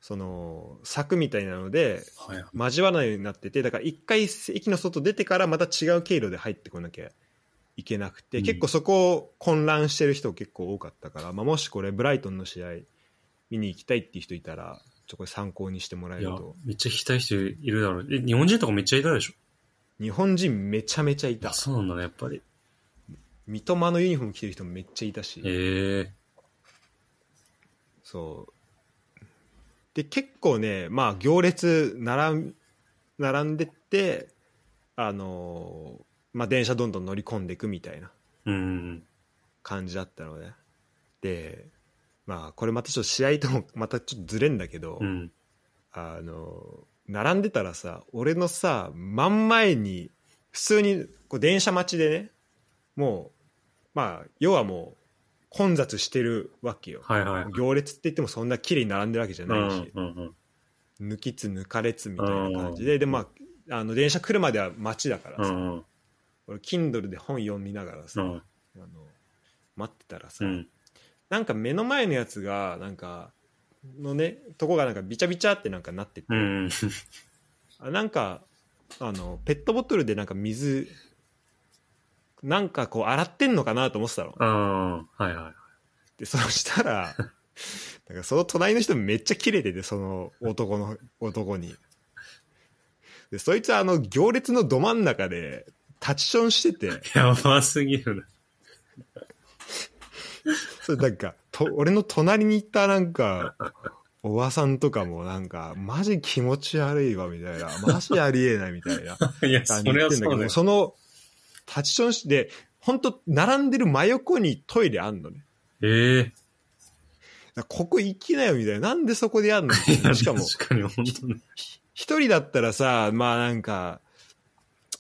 その柵みたいなのではいはい。交わらないようになっててだから一回駅の外出てからまた違う経路で入ってこなきゃいけなくて、うん結構そこを混乱してる人結構多かったから、まあ、もしこれブライトンの試合見に行きたいっていう人いたらちょっとこれ参考にしてもらえいるやと、めっちゃ行きたい人いるだろう。え、日本人とかめっちゃいたでしょ日本人めちゃめちゃいいや、たそうなんだね、やっぱり。三笘のユニフォーム着てる人もめっちゃいたし、ええ。そうで結構ねまあ行列並ん並んでってあのーまあ電車どんどん乗り込んでいくみたいなうん。感じだったのででまあ、これまたちょっと試合ともまたちょっとずれんだけど、うん。あの、並んでたらさ、俺のさ、真ん前に、普通に、こう電車待ちでね、もう、まあ、要はもう、混雑してるわけよ。はいはい。 行列って言ってもそんな綺麗に並んでるわけじゃうないしん、うん抜きつ抜かれつみたいな感じで、で、まあ、あの、電車来るまでは待ちだからうん。うさ、んうん俺、Kindle で本読みながらうさ、ん。あの待ってたらさ、うん。なんか目の前のやつがなんかのねとこがなんかビチャビチャってなんかなってて、うん。あなんかあのペットボトルでなんか水なんかこう洗ってんのかなと思ってたのああ、はいはい。でそし たらなんかその隣の人めっちゃキレててその男の男にでそいつはあの行列のど真ん中でタッチションしててやばすぎるそれなんかと俺の隣に行ったなんかおばさんとかもなんかマジ気持ち悪いわみたいなマジありえないみたいなな。いや、そ感じでれ言はってんだそけうどでそす。のタッチションしてで本当並んでる真横にトイレあんのねええだからここ行きなよみたいななんでそこでやんのみたいなしかも確かに、本当に。一人だったらさまあなんか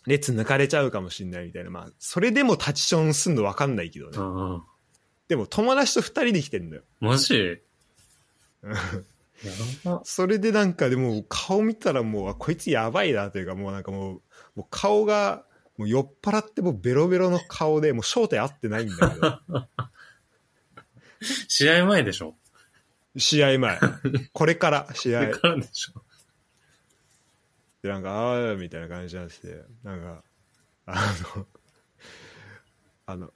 列抜かれちゃうかもしんないみたいなまあそれでもタッチションすんの分かんないけどねあでも友達と二人で来てんのよあ、マジやば。それでなんかでも顔見たらもうあこいつやばいなというかもうなんかもうもう顔がもう酔っ払ってもうベロベロの顔でもう正体合ってないんだけど試合前でしょ試合前これから試こ合れからでしょでなんかああみたいな感じになっててなんかあのあのい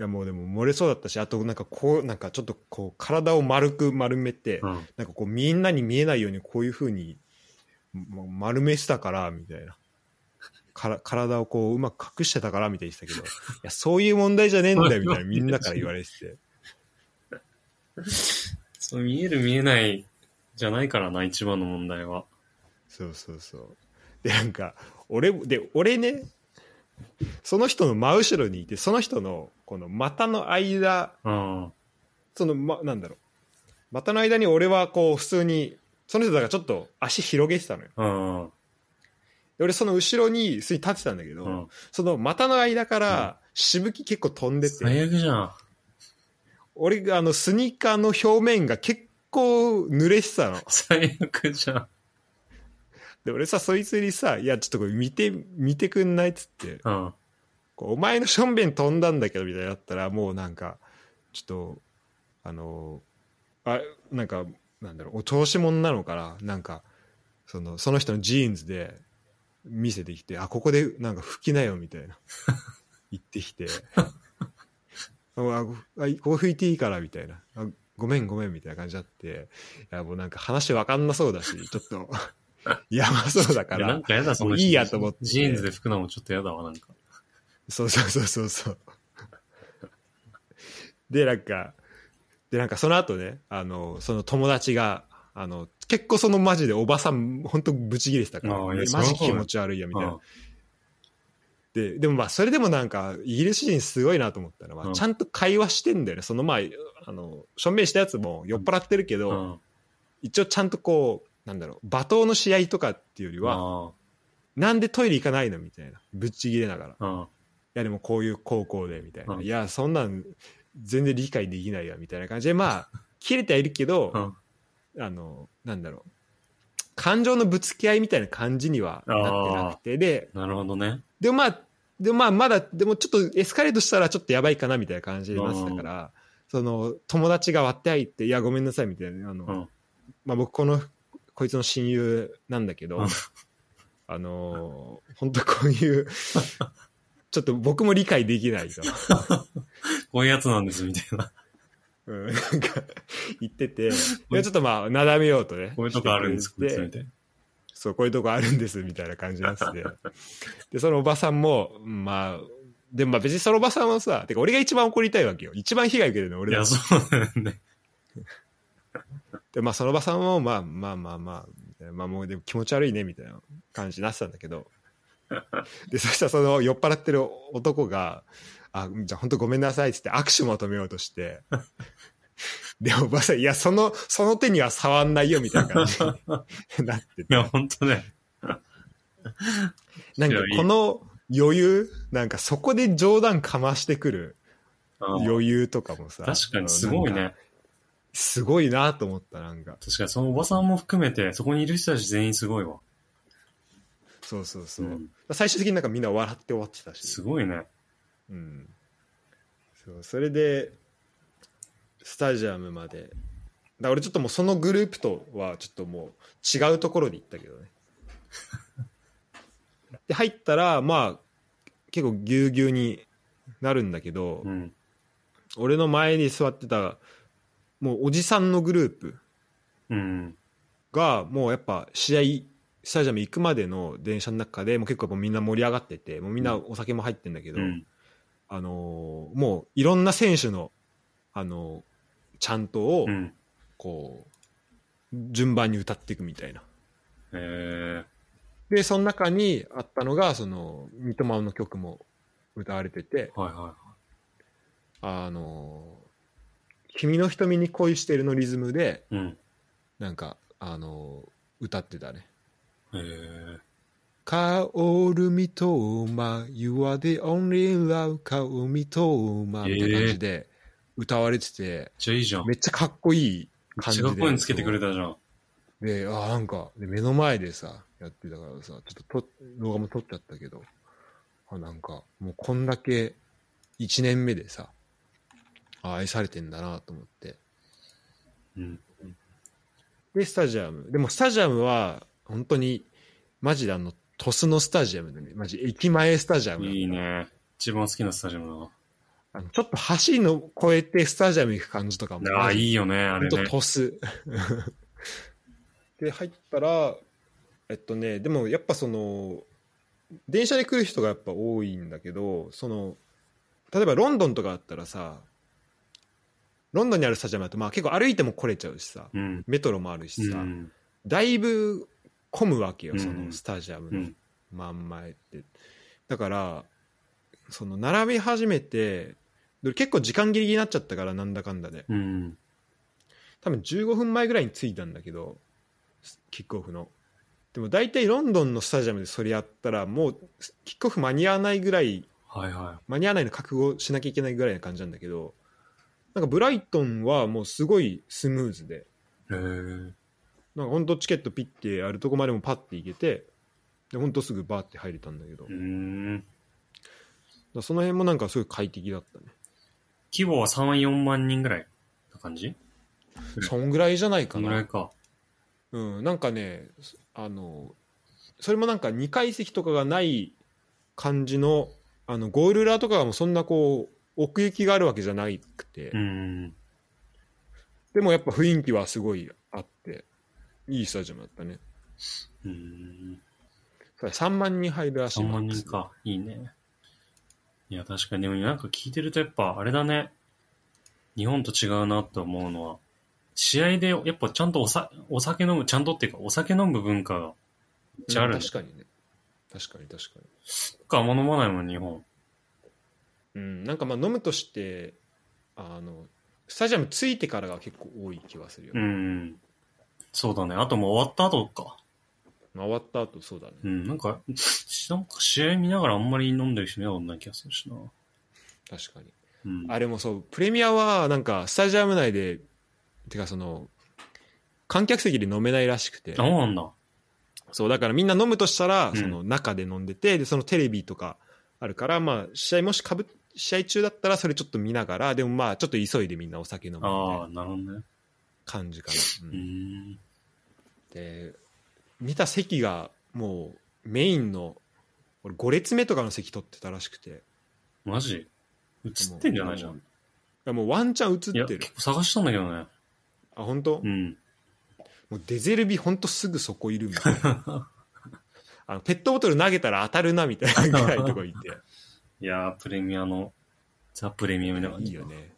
やもうでも漏れそうだったしあとなんかこうなんかちょっとこう体を丸く丸めて、うん。なんかこうみんなに見えないようにこういうふうにま丸めしたからみたいなから体をこううまく隠してたからみたいに言ってたけどいやそういう問題じゃねえんだよみたいなみんなから言われててそう、見える見えないじゃないからな、一番の問題は。そうそうそうでなんか俺で俺ねその人の真後ろにいてその人のこの股の間あその、ま、なんだろう股の間に俺はこう普通にその人だからちょっと足広げてたのよあ、ああ、で俺その後ろに普通に立ってたんだけど、うん。その股の間からしぶき結構飛んでて、最悪じゃん。俺があのスニーカーの表面が結構濡れてたの。最悪じゃん。で、俺さ、そいつにさ、いや、ちょっとこれ見て、見てくんないっつって、うん。こうお前のションベン飛んだんだけどみたいになったら、もうなんか、ちょっと、あの、あ、なんか、なんだろう、お調子者なのかななんか、その、その人のジーンズで見せてきて、あ、ここでなんか拭きなよみたいな。言ってきて、あ、あごあいここ拭いていいからみたいな。あごめんごめんみたいな感じになって、いやもうなんか話わかんなそうだし、ちょっと、やばそうだかいやならん、かやだ、そのもういいやと思ってジーンズで拭くのもちょっとやだわ、なんか。そうそうそうそうそう。で、なんか、で、なんかその後ね、あの、その友達が、あの、結構そのマジでおばさん、本当ブチ切れてたから、ああいやそりマゃジそうだ気持ち悪いや、みたいなあ。で、でもまあ、それでもなんか、イギリス人すごいなと思ったのは、うんちゃんと会話してんだよね。そのまあ、あの、証明したやつも酔っ払ってるけあ、ど、うん。一応ちゃんとこう、なんだろう、罵倒の試合とかっていうよりは、あなんでトイレ行かないのみたいな。ぶっち切れながら。あ、うん。いやでもこういう高校でみたいな、うんいやそんなん全然理解できないやみたいな感じでまあ切れてはいるけど、うんあのなんだろう感情のぶつけ合いみたいな感じにはなってなくてでなるほどね。でもまあでもまあまだでもちょっとエスカレートしたらちょっとやばいかなみたいな感じになってたから、その友達が割って入って「いやごめんなさい」みたいなあの、うんまあ、僕このこいつの親友なんだけど、うんあのー本当こういうちょっと僕も理解できないと。こういうやつなんです、みたいな。うんなんか、言ってて、でちょっとまあ、なだめようとね。こういうとこあるんです、してこくいれつ、てみたいな。そう、こういうとこあるんです、みたいな感じになってて。で、そのおばさんも、うんまあ、でもまあ別にそのおばさんはさ、てか俺が一番怒りたいわけよ。一番被害受けてるの俺いだや、そうだよね。で、まあそのおばさんも、まあまあまあまあみたいな、まあもうでも気持ち悪いね、みたいな感じになってたんだけど。で、そしたらその酔っ払ってる男が、あ、じゃあ本当ごめんなさいっつって握手も止めようとして、で、おばさん、いや、その、その手には触んないよ、みたいな感じに なってていや、本当ね。なんか、この余裕、なんか、そこで冗談かましてくるあー余裕とかもさ。確かにすごいなんねか。。すごいなと思った、なんか。確かにそのおばさんも含めて、そこにいる人たち全員すごいわ。そうそうそう。うん最終的になんかみんな笑って終わってたし。すごいね。うん、そうそれでスタジアムまでだから俺ちょっともうそのグループとはちょっともう違うところに行ったけどねで入ったらまあ結構ぎゅうぎゅうになるんだけど、うん。俺の前に座ってたもうおじさんのグループうん。がもうやっぱ試合スタジアム行くまでの電車の中でもう結構もうみんな盛り上がっててもうみんなお酒も入ってんだけど、うん。あのーもういろんな選手の、あのーちゃんとをう、ん。こう、順番に歌っていくみたいな。えで、その中にあったのが、その、三笘の曲も歌われてて、ー、はいはあのー君の瞳に恋してるのリズムで、い。うん。なんか、あのー歌ってたね。えー、カオルミトーマ、You are the only love, カオミトーマ、みたいな感じで歌われてて、じゃあいいじゃん。めめっっちゃかっこいい感ちじゃで。かっこいいのつけてくれたじゃん。で、あーなんか、で目の前でさ、やってたからさ、ちょっとと動画も撮っちゃったけど、あなんか、もうこんだけ1年目でさ、あ愛されてんだなと思って。うん。で、スタジアム。でも、スタジアムは、本当に、マジであの、鳥栖のスタジアムでね、マジ駅前スタジアムだったいいね。一番好きなスタジアムだわあのちょっと橋の越えてスタジアム行く感じとかも。ああ、マジいいよね、あほれんとね。トス。 で、入ったら、えっとね、でもやっぱその、電車で来る人がやっぱ多いんだけど、その、例えばロンドンとかあったらさ、ロンドンにあるスタジアムだと、まあ結構歩いても来れちゃうしさ、うん。メトロもあるうしさ、ん。だいぶ混むわけよ、そうんうのんスタジアムうのん。真ん前って。だから、その並び始めて、で結構時間ギリギリになっちゃったから、なんだかんだで。うん。多分15分前ぐらいに着いたんだけどキックオフのでも大体ロンドンのスタジアムでそれやったらもうキックオフ間に合わないぐらいはいは間に合わないの覚悟しなきゃいけないぐらいな感じなんだけどなんかブライトンはもうすごいスムーズでい。えー、なんかほんとチケットピッてあるとこまでもパッて行けてでほんとすぐバーって入れたんだけど、うだかん。らその辺もなんかすごい快適だったね規模は3、4万人ぐらいな感じうんそんぐらいじゃないこかんぐらいな、か。うん、なんかねあのそれもなんか2階席とかがない感じのあのゴール裏とかがもうそんなこう奥行きがあるわけじゃなくて、うん。でもやっぱ雰囲気はすごいあっていいスタジアムだったねうん。それ3万人入るらしい3マ万ックス人か。いいね。いや、確かに。でもなんか聞いてるとやっぱ、あれだね。日本と違うなって思うのは、試合でやっぱちゃんとおさお酒飲む、ちゃんとっていうか、お酒飲む文化がめっちゃある、ねうん。確かにね確かに確かに僕あんま飲まないもん、日本。うんなんかまあ飲むとしてあのスタジアム着いてからが結構多い気はするよ、うねん。そうだね。あともう終わった後か。まあ終わった後そうだねうん。なんか、なんか試合見ながらあんまり飲んでる人見たことない気がするしな。確かにうん。あれもそう、プレミアはなんかスタジアム内で、てかその、観客席で飲めないらしくてあ、、そうなんだ。そう、だからみんな飲むとしたらう、んその中で飲んでて、で、そのテレビとかあるから、まあ、試合もしかぶ、試合中だったらそれちょっと見ながら、でもまあ、ちょっと急いでみんなお酒飲むみたいああ、ななるほどね。感じかな。ううんん。で、見た席がもうメインの、俺5列目とかの席取ってたらしくて。マジ映ってんじゃないじゃん。いや、もうワンチャン映いや、ってる結。構探したんだけどね。あ、本当？うん。 もうデゼルビほんとすぐそこいるみたいな あのペットボトル投げたら当たるなみたいなぐらいのとこいていやー、プレミアの、ザ・プレミアムだからいいよ。ね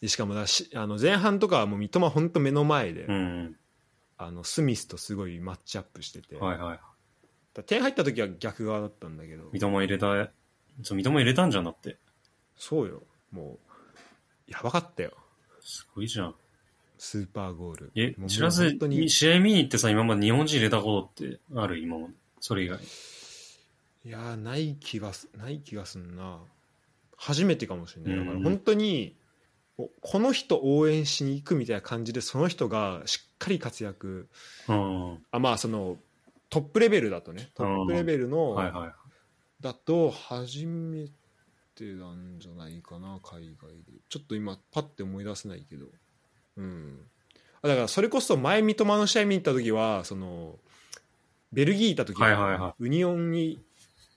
でしかもだしあの前半とかはもう三笘ほんと目の前で、うん。あのスミスとすごいマッチアップしてて、はいはい。だ点入った時は逆側だったんだけど三笘入れた、そう、三笘入れたんじゃんだって。そうよもうやばかったよすごいじゃん。スーパーゴール。えも、う知らず本当にに、試合見に行ってさ、今まで日本人入れたことってある今まで。それ以外。いやーない気がすない気がすんな初めてかもしれないだかうらん本当におこの人応援しに行くみたいな感じでその人がしっかり活躍うん。あまあそのトップレベルだとねトップレベルのはいはい。だと初めてなんじゃないかな海外でちょっと今パッて思い出せないけどうんあだからそれこそ前三笘の試合見に行った時はそのベルギーいた時、はいはいはユニオンに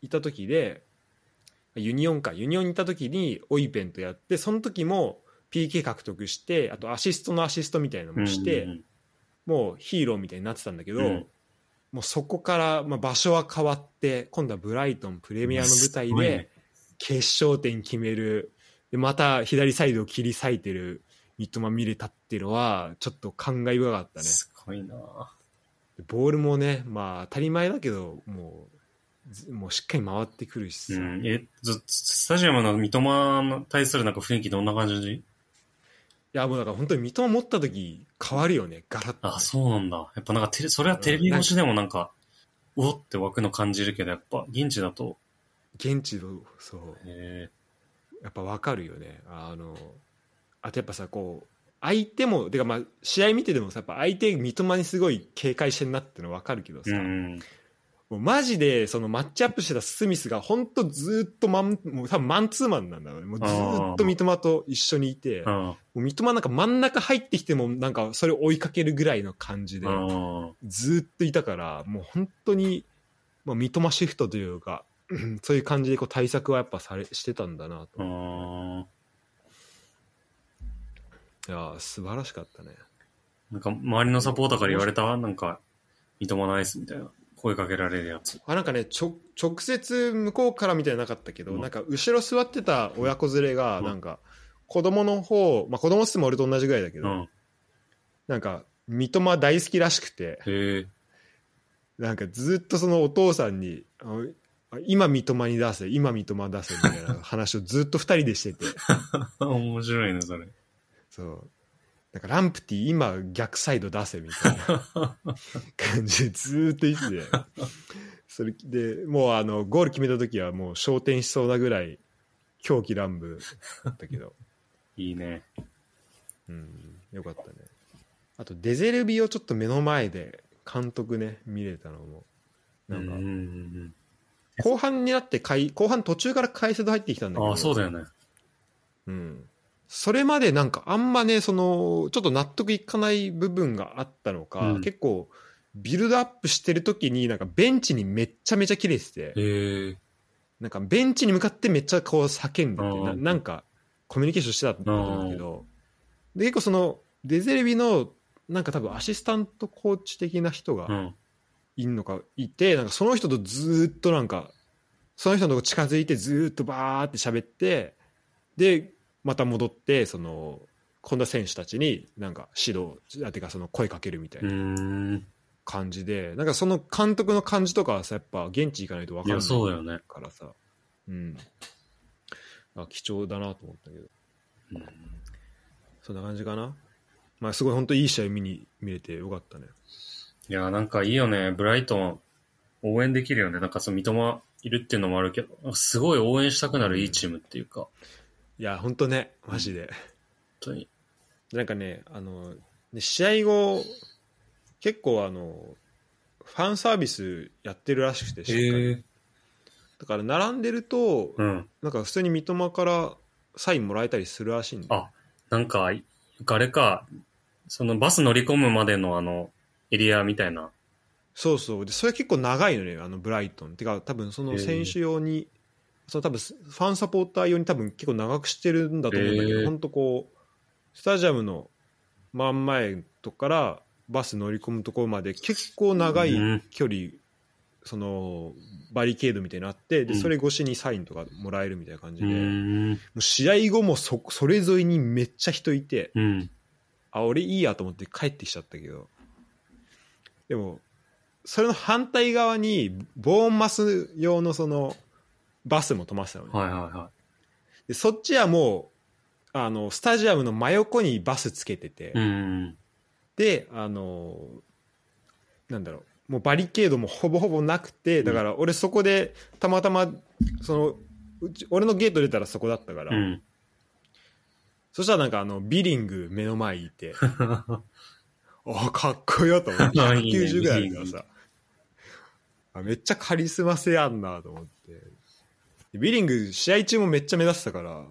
いた時でユニオンかユニオンにいた時にオイペンとやってその時も PK 獲得してあとアシストのアシストみたいなのもして、うんうんもうヒーローみたいになってたんだけうど、んもうそこから、まあ、場所は変わって今度はブライトンプレミアの舞台すごいねで決勝点決めるでまた左サイドを切り裂いてる三笘見れたっていうのはちょっと感慨深かったねすごいなボールもねまあ当たり前だけどもうずもうしっかり回ってくるしうさ、ん。え、ずスタジアムの三笘に対するなんか雰囲気どんな感じいやもうだから本当に三笘持った時変わるよねガラッとね、あ、そうなんだ。やっぱなんかテレ、それはテレビ越しでもなんか、うおって湧くの感じるけど、やっぱ現地だと、現地のそうえやっぱわかるよねあのあとやっぱさこう相手もてかまあ試合見ててもさやっぱ相手三笘にすごい警戒してんなってのわかるけどさ、ー、うん。もうマジでそのマッチアップしてたスミスが本当ずっとマンもう多分マンツーマンなんだろうねもうずっと三笘と一緒にいてうもん。う三笘なんか真ん中入ってきてもなんかそれを追いかけるぐらいの感じでうん。ずっといたからもう本当に、まあ、三笘シフトというか うんそういう感じでこう対策はやっぱされしてたんだなうと。ん。いやー素晴らしかったねなんか、周りのサポーターから言われたなんか、三笘ナイスみたいな。声かけられるやつ。あなんかねちょ直接向こうからみたいなのなかったけど、うんなんか後ろ座ってた親子連れがうんなんか子供の方、まあ、子供っつっても俺と同じぐらいだけうど、ん。なんか三笘大好きらしくてへえ。 なんかずっとそのお父さんに「あの今三笘に出せ今三笘出せ」みたいな話をずっと二人でしてて面白いね、それ。そうなんかランプティ今逆サイド出せみたいな 感じでずーっと言っててそれでもうあのゴール決めた時はもう焦点しそうなぐらい狂気乱舞だったけど、いいね。うん、よかったねあとデゼルビをちょっと目の前で監督ね見れたのもなんうかん後半になってかい後半途中から解説入ってきたんだけあどあ、そうだよね。うん、それまでなんかあんまねそのちょっと納得いかない部分があったのか、うん結構ビルドアップしてる時になんかベンチにめっちゃめちゃ切れててへえ。なんかベンチに向かってめっちゃこう叫んでてうんななんかコミュニケーションしてたんだけどで結構そのデゼルビのなんか多分アシスタントコーチ的な人うがん。。いんのかいてなんかその人とずーっとなんかその人のとこ近づいてずーっとバーって喋ってでまた戻ってその今度は選手たちになんか指導あてかその声かけるみたいうなん感じで、なんかその監督の感じとかはさやっぱ現地行かないと分いかんや、ないそうだよね。からさうんあ貴重だなと思ったけどうんそんな感じかなまあすごい本当いい試合見に見れてよかったねいや、なんかいいよね。ブライトン、応援できるよね。なんかその三笘いるっていうのもあるけど、すごい応援したくなるいいチームっていうか、本いや本当ねマジで、当に。なんかね、あの、ね試合後、結構あの、ファンサービスやってるらしくて、しっかりえ。だから並んでると、うん。なんか普通に三笘からサインもらえたりするらしいんだよあなんか、あれか、そのバス乗り込むまでのあの、エリアみたいな。そうそう。で、それ結構長いのね、あの、ブライトン。てか、多分その選手用に、その多分ファンサポーター用に多分結構長くしてるんだと思うんだけへど、えほんとこう、スタジアムの真ん前とかからバス乗り込むところまで結構長いうん距離、そのバリケードみたいになのあってでうんそれ越しにサインとかもらえるみたいな感じうで、もん。う試合後もそそれ沿いにめっちゃ人いてうん。あ俺いいやと思って帰ってきちゃったけどでもそれの反対側にボーンマス用のそのバスも止まってたのね、はいはいはでそっちはもうあのスタジアムの真横にバスつけてて、うん。であのなんだろうもうバリケードもほぼほぼなくてだから俺そこでたまたまそのうち俺のゲート出たらそこだったから、うん。そしたらなんかあのビリング目の前にい てあかっこよと思ってあ いいね190ぐらいあるからさあめっちゃカリスマ性あんなと思ってでビリング試合中もめっちゃ目立ってたから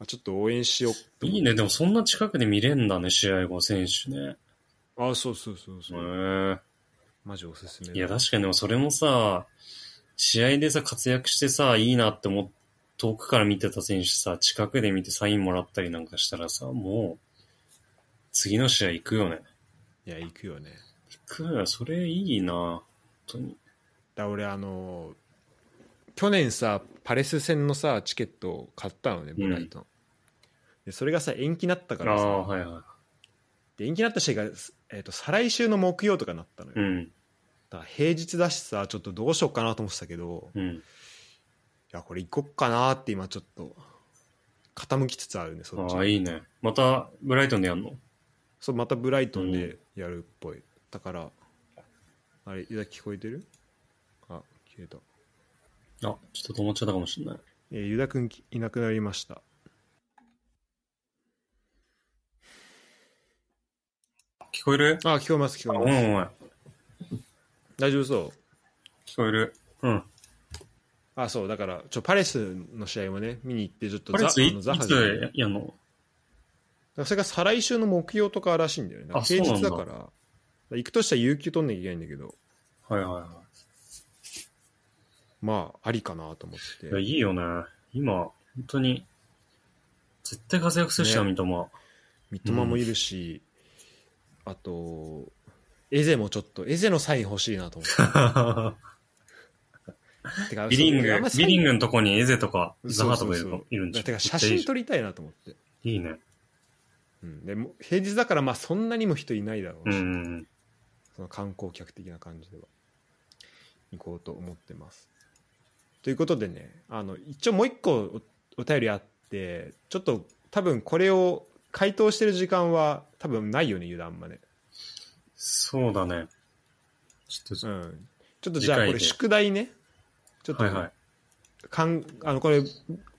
あちょっと応援しようと思っていいね。でもそんな近くで見れんだね、試合後、選手ね。あそうそうそうへそう、え。マジおすすめだいや、確かにでもそれもさ、試合でさ、活躍してさ、いいなって思っ遠くから見てた選手さ、近くで見てサインもらったりなんかしたらさ、もう、次の試合行くよね。いや行くよね行くよ。それいいな本当に。だ俺あの去年さパレス戦のさチケットを買ったのねブライトン、でそれがさ延期になったあからあ、さはいはで延期になった試合が、えー、と再来週の木曜とかになったのよ、い。うん、だから平日だしさちょっとどうしようかなと思ってたけどうん。いやこれ行こっかなって今ちょっと傾きつつあるねそっちああ、いいね。また、ブライトンでやんのそうまたブライトンでやるっぽい、だからあれ伊沢聞こえてるあ消えたあ、ちょっと止まっちゃったかもしれない。えー、ユダ君いなくなりました。聞こえるあ、聞こえます、聞あ、こごえめます。んごめん。大丈夫そう聞こえる。うん。あ、そう、だから、ちょ、パレスの試合もね、見に行って、ちょっとパレスザいあのザいハじゃないだかつやんのらそれが再来週の木曜とからしいんだよね。だからあ平そうな日んだだから、だから行くとしたら有給取んなきゃいけないんだけど、はいはいはい。まあ、ありかなと思っていや、いて。いよね。今、本当に、絶対活躍するっしょ、ね三笘。三笘もいるし、あと、エゼもちょっと、エゼのサイン欲しいなと思っ て。てかビリンそうあんグま、サイビリングのとこにエゼとか、ザハとかいそるうそうそういるんでしょ。てか、写めっ真ちゃ撮りたいなと思って。いいいいね。うん、でも平日だから、まあ、そんなにも人いないだろううんし。うんその観光客的な感じでは行こうと思ってます。ということでねあの一応もう一個おお便りあってちょっと多分これを回答してる時間は多分ないよね油断まね。そうだね。ちょっうと、ん、ちょっとじゃあ次こ回れで宿題ねちょっと、はいはい。かんあのこれ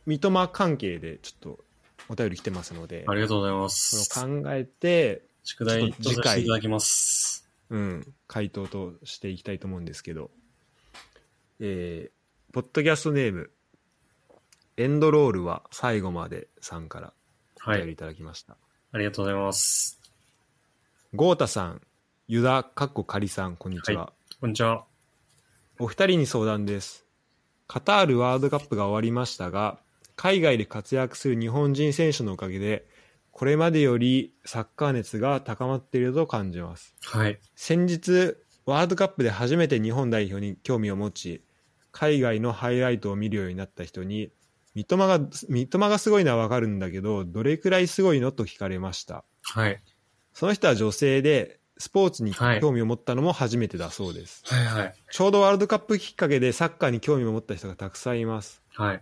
三笘関係でちょっとお便り来てますのでありがとうございまそす。れを考えて、宿題ちょっととさ次回せていただきます。うん、回答としていきたいと思うんですけど、えー、ポッドキャストネーム、エンドロールは最後までさんからおは便りい。いただきました。ありがとうございます。豪太さん、ユダ、かっこかりさん、こんにちは。こんにちは。お二人に相談です。カタールワールドカップが終わりましたが、海外で活躍する日本人選手のおかげで、これまでよりサッカー熱が高まっていると感じます。はい。先日ワールドカップで初めて日本代表に興味を持ち海外のハイライトを見るようになった人に三笘が三笘がすごいのはわかるんだけどどれくらいすごいのと聞かれましたはい。その人は女性でスポーツにはい興味を持ったのも初めてだそうです、はいはい。ちょうどワールドカップきっかけでサッカーに興味を持った人がたくさんいますはい。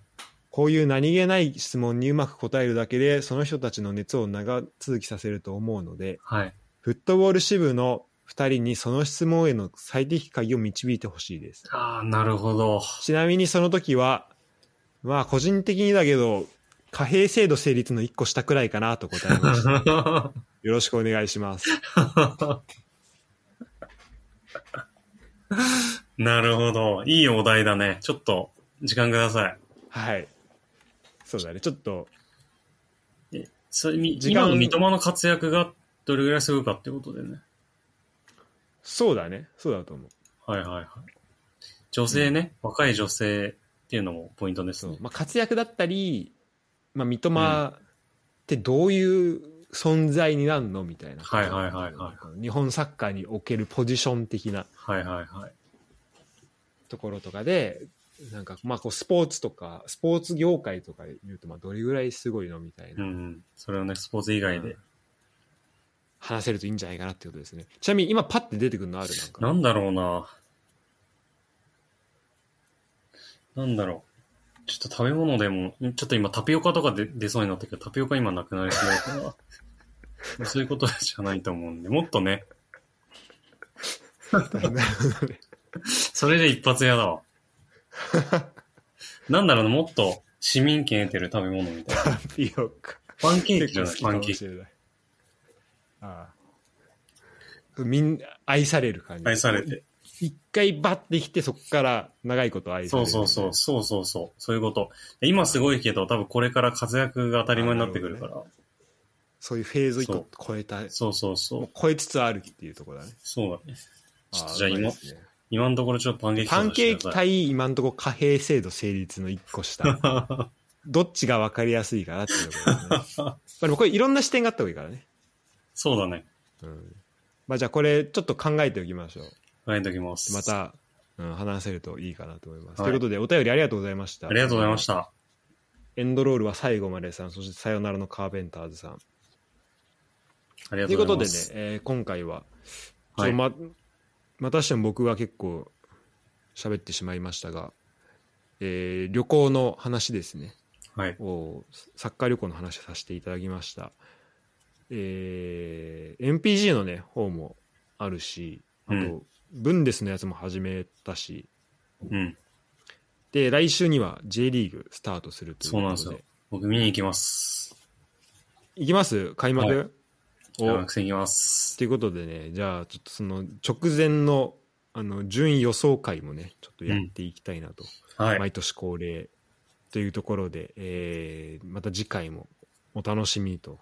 こういう何気ない質問にうまく答えるだけでその人たちの熱を長続きさせると思うのではい。フットボール支部の2人にその質問への最適解を導いてほしいです。ああ、なるほど。 ちなみにその時は、まあ個人的にだけど、貨幣制度成立の1個下くらいかなと答え ました。よろしくお願いします。なるほど。いいお題だね。ちょっと、時間ください。はい。そうだね。ちょっと、それみ時間今の三笘の活躍がどれぐらいすごいかってことでね。そうだね。そうだと思う。はいはいはい。女性ね、若い女性っていうのもポイントですそねう。。まあ活躍だったり、まあ三笘ってどういう存在になるのみたいな。はいはいはいは日本サッカーにおけるポジション的な。はいはいはい。ところとかで、なんか、まあ、こう、スポーツとか、スポーツ業界とか言うと、まあ、どれぐらいすごいのみたいうんな、うん。それをね、スポーツ以外で。話せるといいんじゃないかなってことですね。ちなみに、今、パッて出てくるのあるなんか。なんだろうな。なんだろう。ちょっと食べ物でも、んちょっと今タピオカとかで出そうになったけど、タピオカ今なくなりそうだから、 そういうことじゃないと思うんで、もっとね、なるほどねそれで一発屋だ わ。なんだろうな、もっと市民権得てる食べ物みたいな。タピオカ。パンケーキ結じゃ構な好いきパかンもケーしキ。れない。ああみんな愛される感じ。愛されて。一回バッてきて、そこから長いこと愛さそれうる。そうそう、そうそうそう、そういうこと。今すごいけど、多分これから活躍が当たり前になってくるから。そういうフェーズ一そう個超えた、もうそうそうそう。超えつつあるっていうところだね。そうだね。ちょっあとあじゃあうま今いですね今のところちょっとパンケーキパンケーとキか対今んとこ貨幣制度成立の一 個下。どっちが分かりやすいかなっていうところです ね。まあでもこれいろんな視点があった方がいいからね。そうだね。うん。まあじゃあこれちょっと考えておきましょう。考えておきます。ま。た、うん、話せるといいかなと思います。はいということで、お便りありがとうございました。ありがとうございまし。た。エンドロールは最後までさん、そしてさよならのカーペンターズさん。ありがといとううこございまとでねす。、えー今回は、ちょっはとい。ままたしても僕が結構喋ってしまいましたが、えー旅行の話ですね。はい。をサッカー旅行の話をさせていただきました、えー MPG のね方もあるしあと、うんブンデスのやつも始めたしうん。で来週には J リーグスタートするというそうことでなんですよ。僕見に行きます。行きます開幕、はお山口行きます。ということでねじゃあちょっとその直前のあの順位予想会もねちょっとやっていきたいなと、はい。毎年恒例というところで、えーまた次回もお楽しみと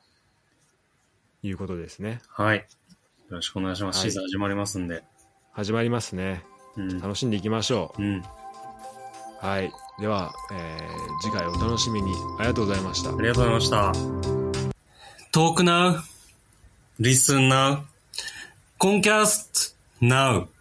いうことですねはい。よろしくお願いします。はシいーズン始まりますんで。始まりますねうん。楽しんでいきましょうん。うはいでは、えー次回お楽しみにありがとうございましたありがとうございました。Talk now. Listen now. Concast now.